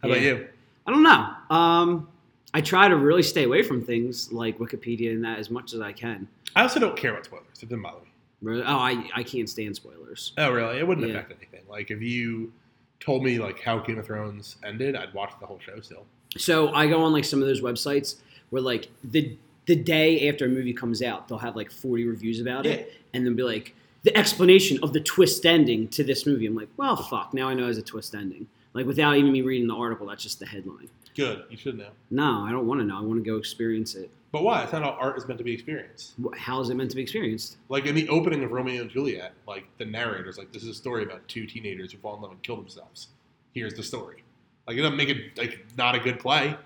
D: How about
F: Yeah.
D: you?
F: I don't know. Um, I try to really stay away from things like Wikipedia and that as much as I can.
D: I also don't care about spoilers. It doesn't bother me.
F: Really- Oh, I, I can't stand spoilers.
D: Oh, really? It wouldn't
F: Yeah.
D: affect anything. Like if you told me like how Game of Thrones ended, I'd watch the whole show still.
F: So I go on like some of those websites where like the the day after a movie comes out, they'll have like 40 reviews about it, and then be like the explanation of the twist ending to this movie. I'm like, well, fuck. Now I know it's a twist ending. Like without even me reading the article, that's just the headline.
D: Good. You should know.
F: No, I don't want to know. I want to go experience it.
D: But why? It's not how art is meant to be experienced.
F: Wh- How is it meant to be experienced?
D: Like in the opening of Romeo and Juliet, like the narrator's like, "This is a story about two teenagers who fall in love and kill themselves." Here's the story. Like it doesn't make it like not a good play.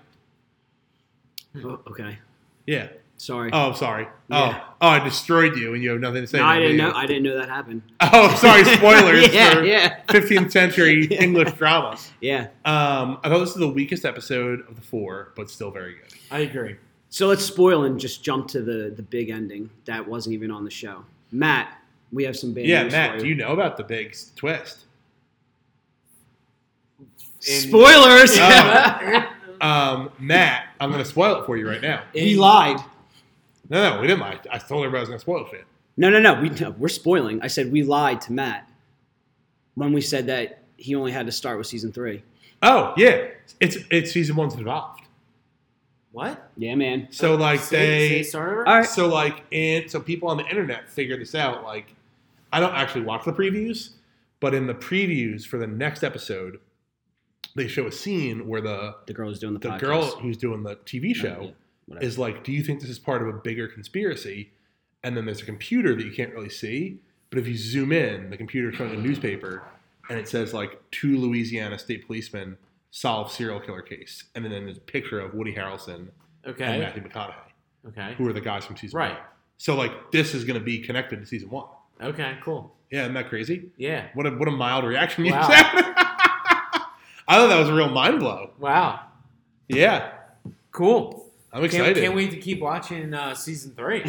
F: Oh, okay,
D: Yeah.
F: sorry.
D: Hmm. Oh, I'm sorry.
F: Yeah.
D: Oh, oh, I destroyed you, and you have nothing to say.
F: no,
D: about
F: I didn't
D: me.
F: know. I didn't know that happened.
D: Oh, sorry. Spoilers
F: yeah,
D: for
F: yeah,
D: 15th century English drama.
F: yeah.
D: Um, I thought this was the weakest episode of the four, but still very good.
E: I agree.
F: So let's spoil and just jump to the the big ending that wasn't even on the show. Matt, we have some bad
D: yeah,
F: news
D: Matt,
F: for
D: do you know about the big s- twist?
F: Spoilers.
D: Oh. Um, Matt, I'm going to spoil it for you right now.
F: he lied.
D: No, no, we didn't lie. I told everybody I was going to spoil shit.
F: No, no, no. We no, we're spoiling. I said we lied to Matt when we said that he only had to start with season three.
D: Oh yeah, it's it's season one's involved.
E: What?
F: Yeah, man.
D: So like they,
E: Say- say start over?
F: All right.
D: so like and so people on the internet figure this out. Like I don't actually watch the previews, but in the previews for the next episode, they show a scene where the
F: The girl is doing the,
D: the
F: podcast.
D: girl who's doing the TV show
F: whatever.
D: is like, "Do you think this is part of a bigger conspiracy?" And then there's a computer that you can't really see, but if you zoom in, the computer's showing a newspaper, and it says like two Louisiana state policemen solve serial killer case, and then there's a picture of Woody Harrelson and
E: Okay.
D: Matthew McConaughey,
E: Okay.
D: who are the guys from season
E: Right.
D: one. So like, this is going to be connected to season one.
E: Okay. Cool.
D: Yeah, isn't that crazy?
E: Yeah.
D: What a what a mild reaction you
E: Wow.
D: just had. I thought that was a real mind blow.
E: Wow.
D: Yeah.
E: Cool.
D: I I'm
E: Can't,
D: excited.
E: can't wait to keep watching uh, season three.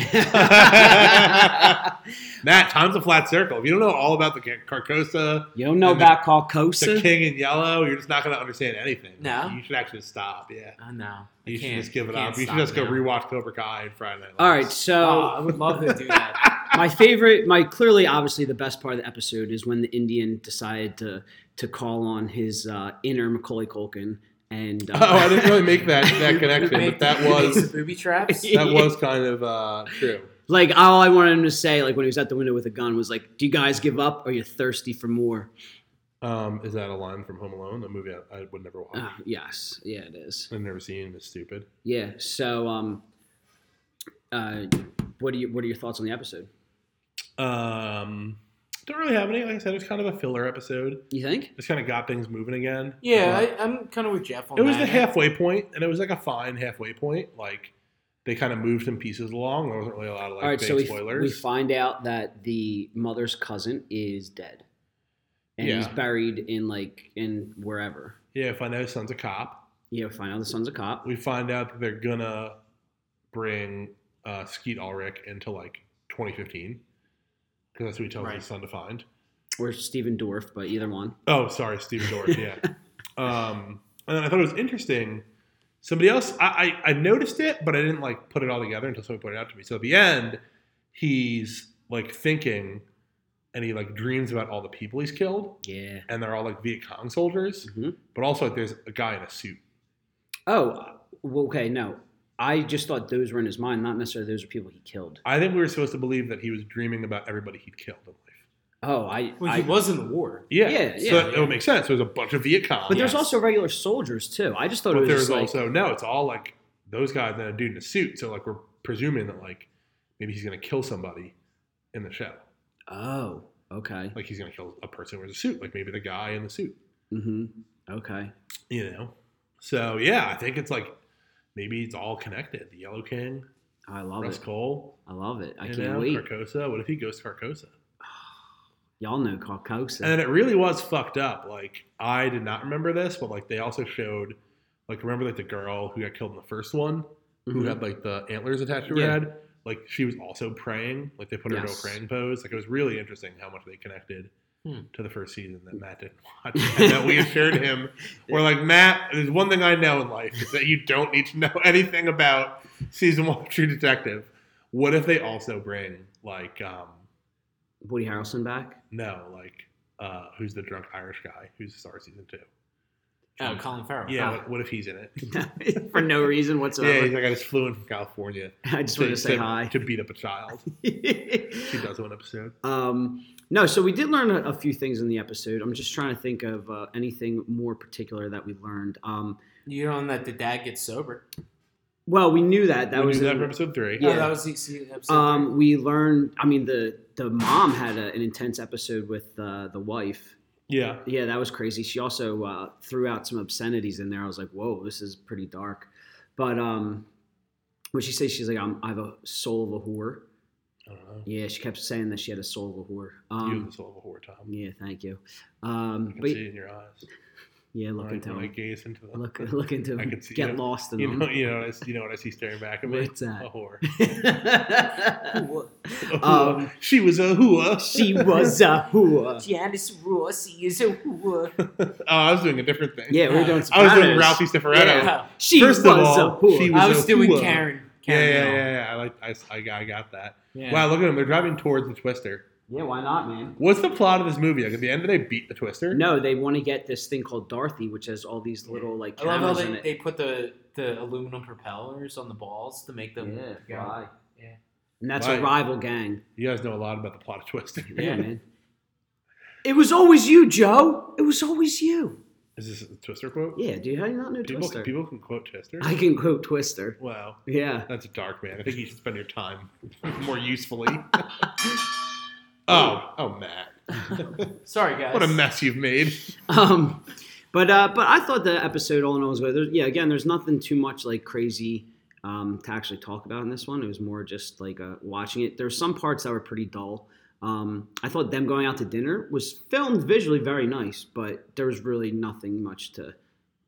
D: Matt, time's a flat circle. If you don't know all about the Car- Carcosa,
F: You don't know
D: And the-
F: about
D: the
F: Carcosa.
D: King in Yellow, you're just not going to understand anything.
E: No.
D: You should actually stop, yeah.
E: Oh, no. I
D: You should
E: can't-
D: just give it
E: can't
D: up. You should
E: stop
D: just go
E: now.
D: rewatch Cobra Kai and Friday Night Lights.
F: All right,
E: Oh,
F: so
E: I would love to do that.
F: my favorite, my clearly, obviously, the best part of the episode is when the Indian decided to to call on his uh, inner Macaulay Culkin, and uh,
D: Oh, I didn't really make that, that connection, but
E: Make
D: that
E: the- make
D: was
E: the booby traps.
F: Yeah.
D: that was kind of uh, true.
F: like all I wanted him to say, like when he was at the window with a gun, was like, "Do you guys give up? Or are you thirsty for more?"
D: Um, is that a line from Home Alone, a movie I, I would never watch?
F: Ah, yes, yeah, it is.
D: I've never seen. It's stupid.
F: Yeah. So, um, uh, what do you what are your thoughts on the episode?
D: Um, don't really have any. Like I said, it was kind of a filler episode.
F: You think?
D: Just kind of got things moving again.
E: Yeah, I, I'm kind of with Jeff on
D: it was
E: that.
D: the halfway point, and it was like a fine halfway point. Like they kind of moved some pieces along. There wasn't really a lot of like
F: All right,
D: big
F: so we,
D: spoilers.
F: we find out that the mother's cousin is dead, and he's
D: Yeah.
F: buried in like in wherever.
D: yeah, find out his son's a cop.
F: You know, find out the son's a cop.
D: We find out that they're gonna bring uh, Skeet Ulrich into like 2015 because that's who he tells
E: Right.
D: his son to find.
F: or Steven Dorff, but either one.
D: Oh, sorry, Steve Dorff. Yeah. um, and then I thought it was interesting. Somebody else, I, I, I noticed it, but I didn't like put it all together until somebody pointed it out to me. So at the end, he's like thinking, and he like dreams about all the people he's killed,
F: Yeah.
D: and they're all like Viet Cong soldiers.
F: Mhm.
D: But also, like, there's a guy in a suit.
F: Oh, well, okay. No, I just thought those were in his mind, not necessarily those are people he killed.
D: I think we were supposed to believe that he was dreaming about everybody he'd killed in life.
F: Oh, I.
E: Well,
F: I
E: he was in the war.
D: Yeah, So
F: Yeah, yeah,
D: that,
E: yeah.
D: it would make sense. There's a bunch of Viet Cong.
F: but there's
E: Yes.
F: also regular soldiers too. I just thought it
D: But
F: was
D: there's
F: just like,
D: also no, it's all like those guys and a dude in a suit. So like we're presuming that like maybe he's gonna kill somebody in the show.
F: oh, okay,
D: Like he's gonna kill a person who wears a suit. Like maybe the guy in the suit.
F: hmm okay.
D: You know. So yeah, I think it's like maybe it's all connected. The Yellow King,
F: I love
D: Russ
F: it.
D: Cole.
F: I love it. I
D: you
F: can't
D: know,
F: wait.
D: Carcosa. What if he goes to Carcosa?
F: Y'all know Carcosa.
D: And it really was fucked up. Like I did not remember this, but like they also showed, like remember like the girl who got killed in the first one. who
F: Mhm.
D: had like the antlers attached to her
F: Yeah.
D: head. Like she was also praying. Like they put her
F: Yes.
D: into a praying pose. Like it was really interesting how much they connected
E: Hmm.
D: to the first season that Matt didn't watch and that we assured him. We're like, Matt, there's one thing I know in life is that you don't need to know anything about season one of True Detective. What if they also bring like um
F: Woody Harrelson back.
D: no, like uh who's the drunk Irish guy who's the star of season two?
E: Oh, Colin Farrell.
D: Yeah,
F: Oh.
D: what, what if he's in it?
F: For no reason
D: yeah,
F: whatsoever.
D: he's like I just flew in from California.
F: I just wanted to say hi.
D: to beat up a child. She does one episode.
F: Um, no, so we did learn a, a few things in the episode. I'm just trying to think of uh, anything more particular that we learned. Um,
E: You know that the dad gets sober.
F: well, we knew that that
D: we
F: was
D: knew that
F: in-
D: from episode three.
E: Oh,
F: Yeah.
E: that was the season episode.
F: um, we learned. I mean, the the mom had a, an intense episode with uh, the wife.
D: Yeah.
F: Yeah, that was crazy. She also uh, threw out some obscenities in there. I was like, whoa, this is pretty dark. But um, when she says she's like, I'm, I have a soul of a whore.
D: I don't know.
F: Yeah, she kept saying that she had a soul of a whore.
D: You have
F: Um,
D: the soul of a whore, Tom.
F: yeah, thank you. Um,
D: I can
F: but
D: see it in your eyes.
F: yeah,
D: When
F: look
D: I,
F: into
D: when I
F: them.
D: gaze into them.
F: Look, look into
D: I
F: them.
D: can see-
F: Get
D: you know-
F: lost in
D: you know,
F: them.
D: you know, what I see- you know what I see staring back at me?
F: What's that?
D: A whore. A
F: Um,
D: whore. she was a hua.
F: she was a whore.
E: Janice Ross is a whore.
D: oh, I was doing a different thing.
F: Yeah, we were doing.
D: I was doing
F: Sopranos.
D: Ralphie Cifaretto.
E: Yeah.
F: She
D: First of
F: was
D: all,
F: a whore.
D: she
E: I
D: was
E: was
D: a
E: doing
D: whore.
E: Karen.
D: Yeah,
E: Karen
D: yeah,
E: Hill.
D: yeah, yeah. I like. I, I got. I got that.
E: Yeah.
D: Wow, look at them. They're driving towards the Twister.
F: yeah, why not, man?
D: What's the plot of this movie? Like at the end, do they beat the Twister?
F: No, they want to get this thing called Dorothy, which has all these little like
E: I love how
F: cameras in
E: they,
F: it.
E: they put the, the aluminum propellers on the balls to make them.
F: yeah,
E: go.
F: why?
E: Yeah.
F: And that's
D: Why?
F: a rival gang.
D: You guys know a lot about the plot of Twister.
F: Yeah,
E: Yeah.
F: man. It was always you, Joe. It was always you.
D: Is this a Twister quote?
F: Yeah, dude. How do you not know
D: people,
F: Twister?
D: people can quote Twister.
F: I can quote Twister.
D: wow.
F: Yeah.
D: That's dark, man. I think you should spend your time more usefully. oh, oh, Matt,
E: Sorry, guys.
D: what a mess you've made.
F: Um, but uh, but I thought the episode all in all was good. There's, yeah, again, there's nothing too much like crazy um, to actually talk about in this one. It was more just like uh, watching it. There's some parts that were pretty dull. Um, I thought them going out to dinner was filmed visually very nice, but there was really nothing much to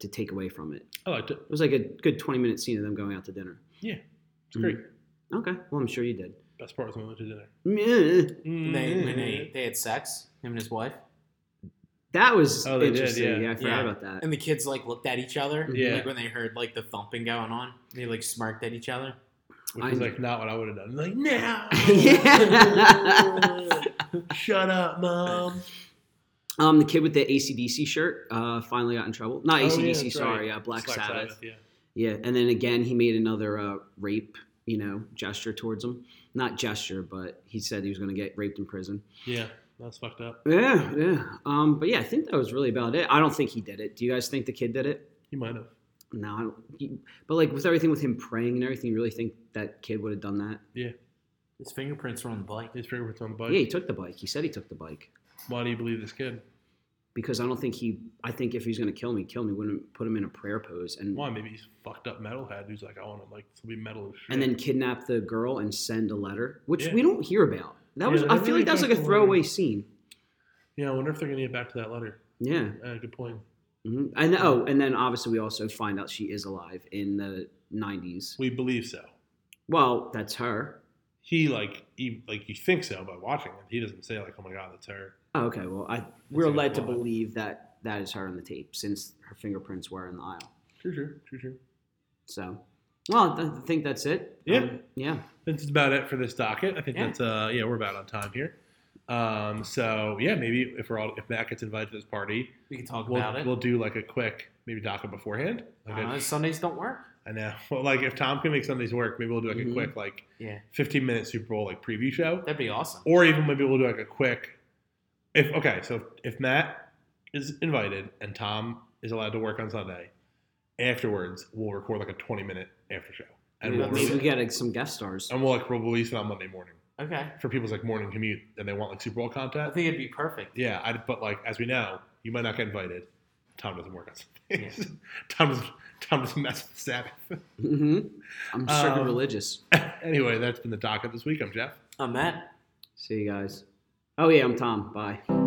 F: to take away from it.
D: Oh, I liked it.
F: It was like a good 20 minute scene of them going out to dinner.
D: Yeah, it's great.
F: Okay, well, I'm sure you did.
D: Best part was when we went to dinner. Mm.
F: Meh.
E: When they, when they, they had sex, him and his wife.
F: That was
D: Oh, they did,
F: interesting.
D: yeah.
F: yeah. I forgot
E: Yeah.
F: about that.
E: And the kids like looked at each other.
D: Yeah.
E: Like when they heard like the thumping going on, they like smirked at each other.
D: Which was
F: I-
D: like not what I would have done. Like now,
F: Yeah.
D: shut up, mom.
F: Um, the kid with the ACDC shirt uh, finally got in trouble. Not
D: Oh, yeah,
F: ACDC,
D: that's
F: sorry,
D: right.
F: uh, Black,
D: Black
F: Sabbath.
D: Yeah,
F: Yeah, and then again, he made another uh, rape, you know, gesture towards him. Not gesture, but he said he was going to get raped in prison.
D: yeah, that's fucked up.
F: Yeah, yeah. Um, but yeah, I think that was really about it. I don't think he did it. Do you guys think the kid did it?
D: You might have.
F: No, I don't. He, but like with everything with him praying and everything, you really think that kid would have done that?
D: Yeah,
E: His fingerprints were on the bike.
D: his fingerprints on the bike.
F: Yeah, he took the bike. He said he took the bike
D: Why do you believe this kid?
F: because I don't think he. I think if he's going to kill me, kill me. Wouldn't put him in a prayer pose and
D: Why? Maybe he's fucked up metalhead who's like, I want to like to be metal as shit.
F: and then kidnap the girl and send a letter, which
D: Yeah.
F: we don't hear about. That
D: Yeah,
F: was.
D: they
F: I
D: don't
F: feel
D: really
F: like that was
D: go
F: like a
D: for it.
F: throwaway scene.
D: yeah, I wonder if they're gonna get back to that letter.
F: Yeah.
D: Uh, good point.
F: hmm And oh, and then obviously we also find out she is alive in the '90s.
D: We believe so.
F: Well, that's her.
D: He like he like you think so by watching it. He doesn't say like, oh my god, that's her.
F: Oh, okay. Well, I we're
D: That's
F: led to
D: what I-
F: believe that that is her on the tape since her fingerprints were in the aisle.
D: True, true, true, true.
F: So, well, I th- think that's it.
D: Yeah.
F: Um, yeah.
D: That's about it for this docket. I think
F: Yeah.
D: that's uh yeah, we're about on time here. Um, so yeah, maybe if we're all if Matt gets invited to this party,
E: We can talk
D: we'll,
E: about it.
D: we'll do like a quick maybe docket beforehand. Like a-
E: Uh, Sundays don't work.
D: I know. Well, like if Tom can make some of these work, maybe we'll do like a
F: Mhm.
D: quick like
E: Yeah.
D: 15 minute Super Bowl like preview show,
E: That'd be awesome.
D: or even maybe we'll do like a quick. If okay, so if, if Matt is invited and Tom is allowed to work on Sunday, afterwards we'll record like a 20 minute after show, and we'll
F: maybe we
D: re-
F: get like, some guest stars.
D: and we'll like we'll release it on Monday morning
E: Okay.
D: for people's like morning commute and they want like Super Bowl
E: I
D: content.
E: think it'd be perfect.
D: Yeah, I but like as we know, you might not get invited. Tom doesn't work on Sundays. Tom doesn't. Tom doesn't mess with Sabbath.
F: hmm I'm circumreligious.
D: Um,
F: religious.
D: anyway, that's been the docket this week. I'm Jeff.
E: I'm Matt.
F: See you guys. Oh yeah, I'm Tom. Bye.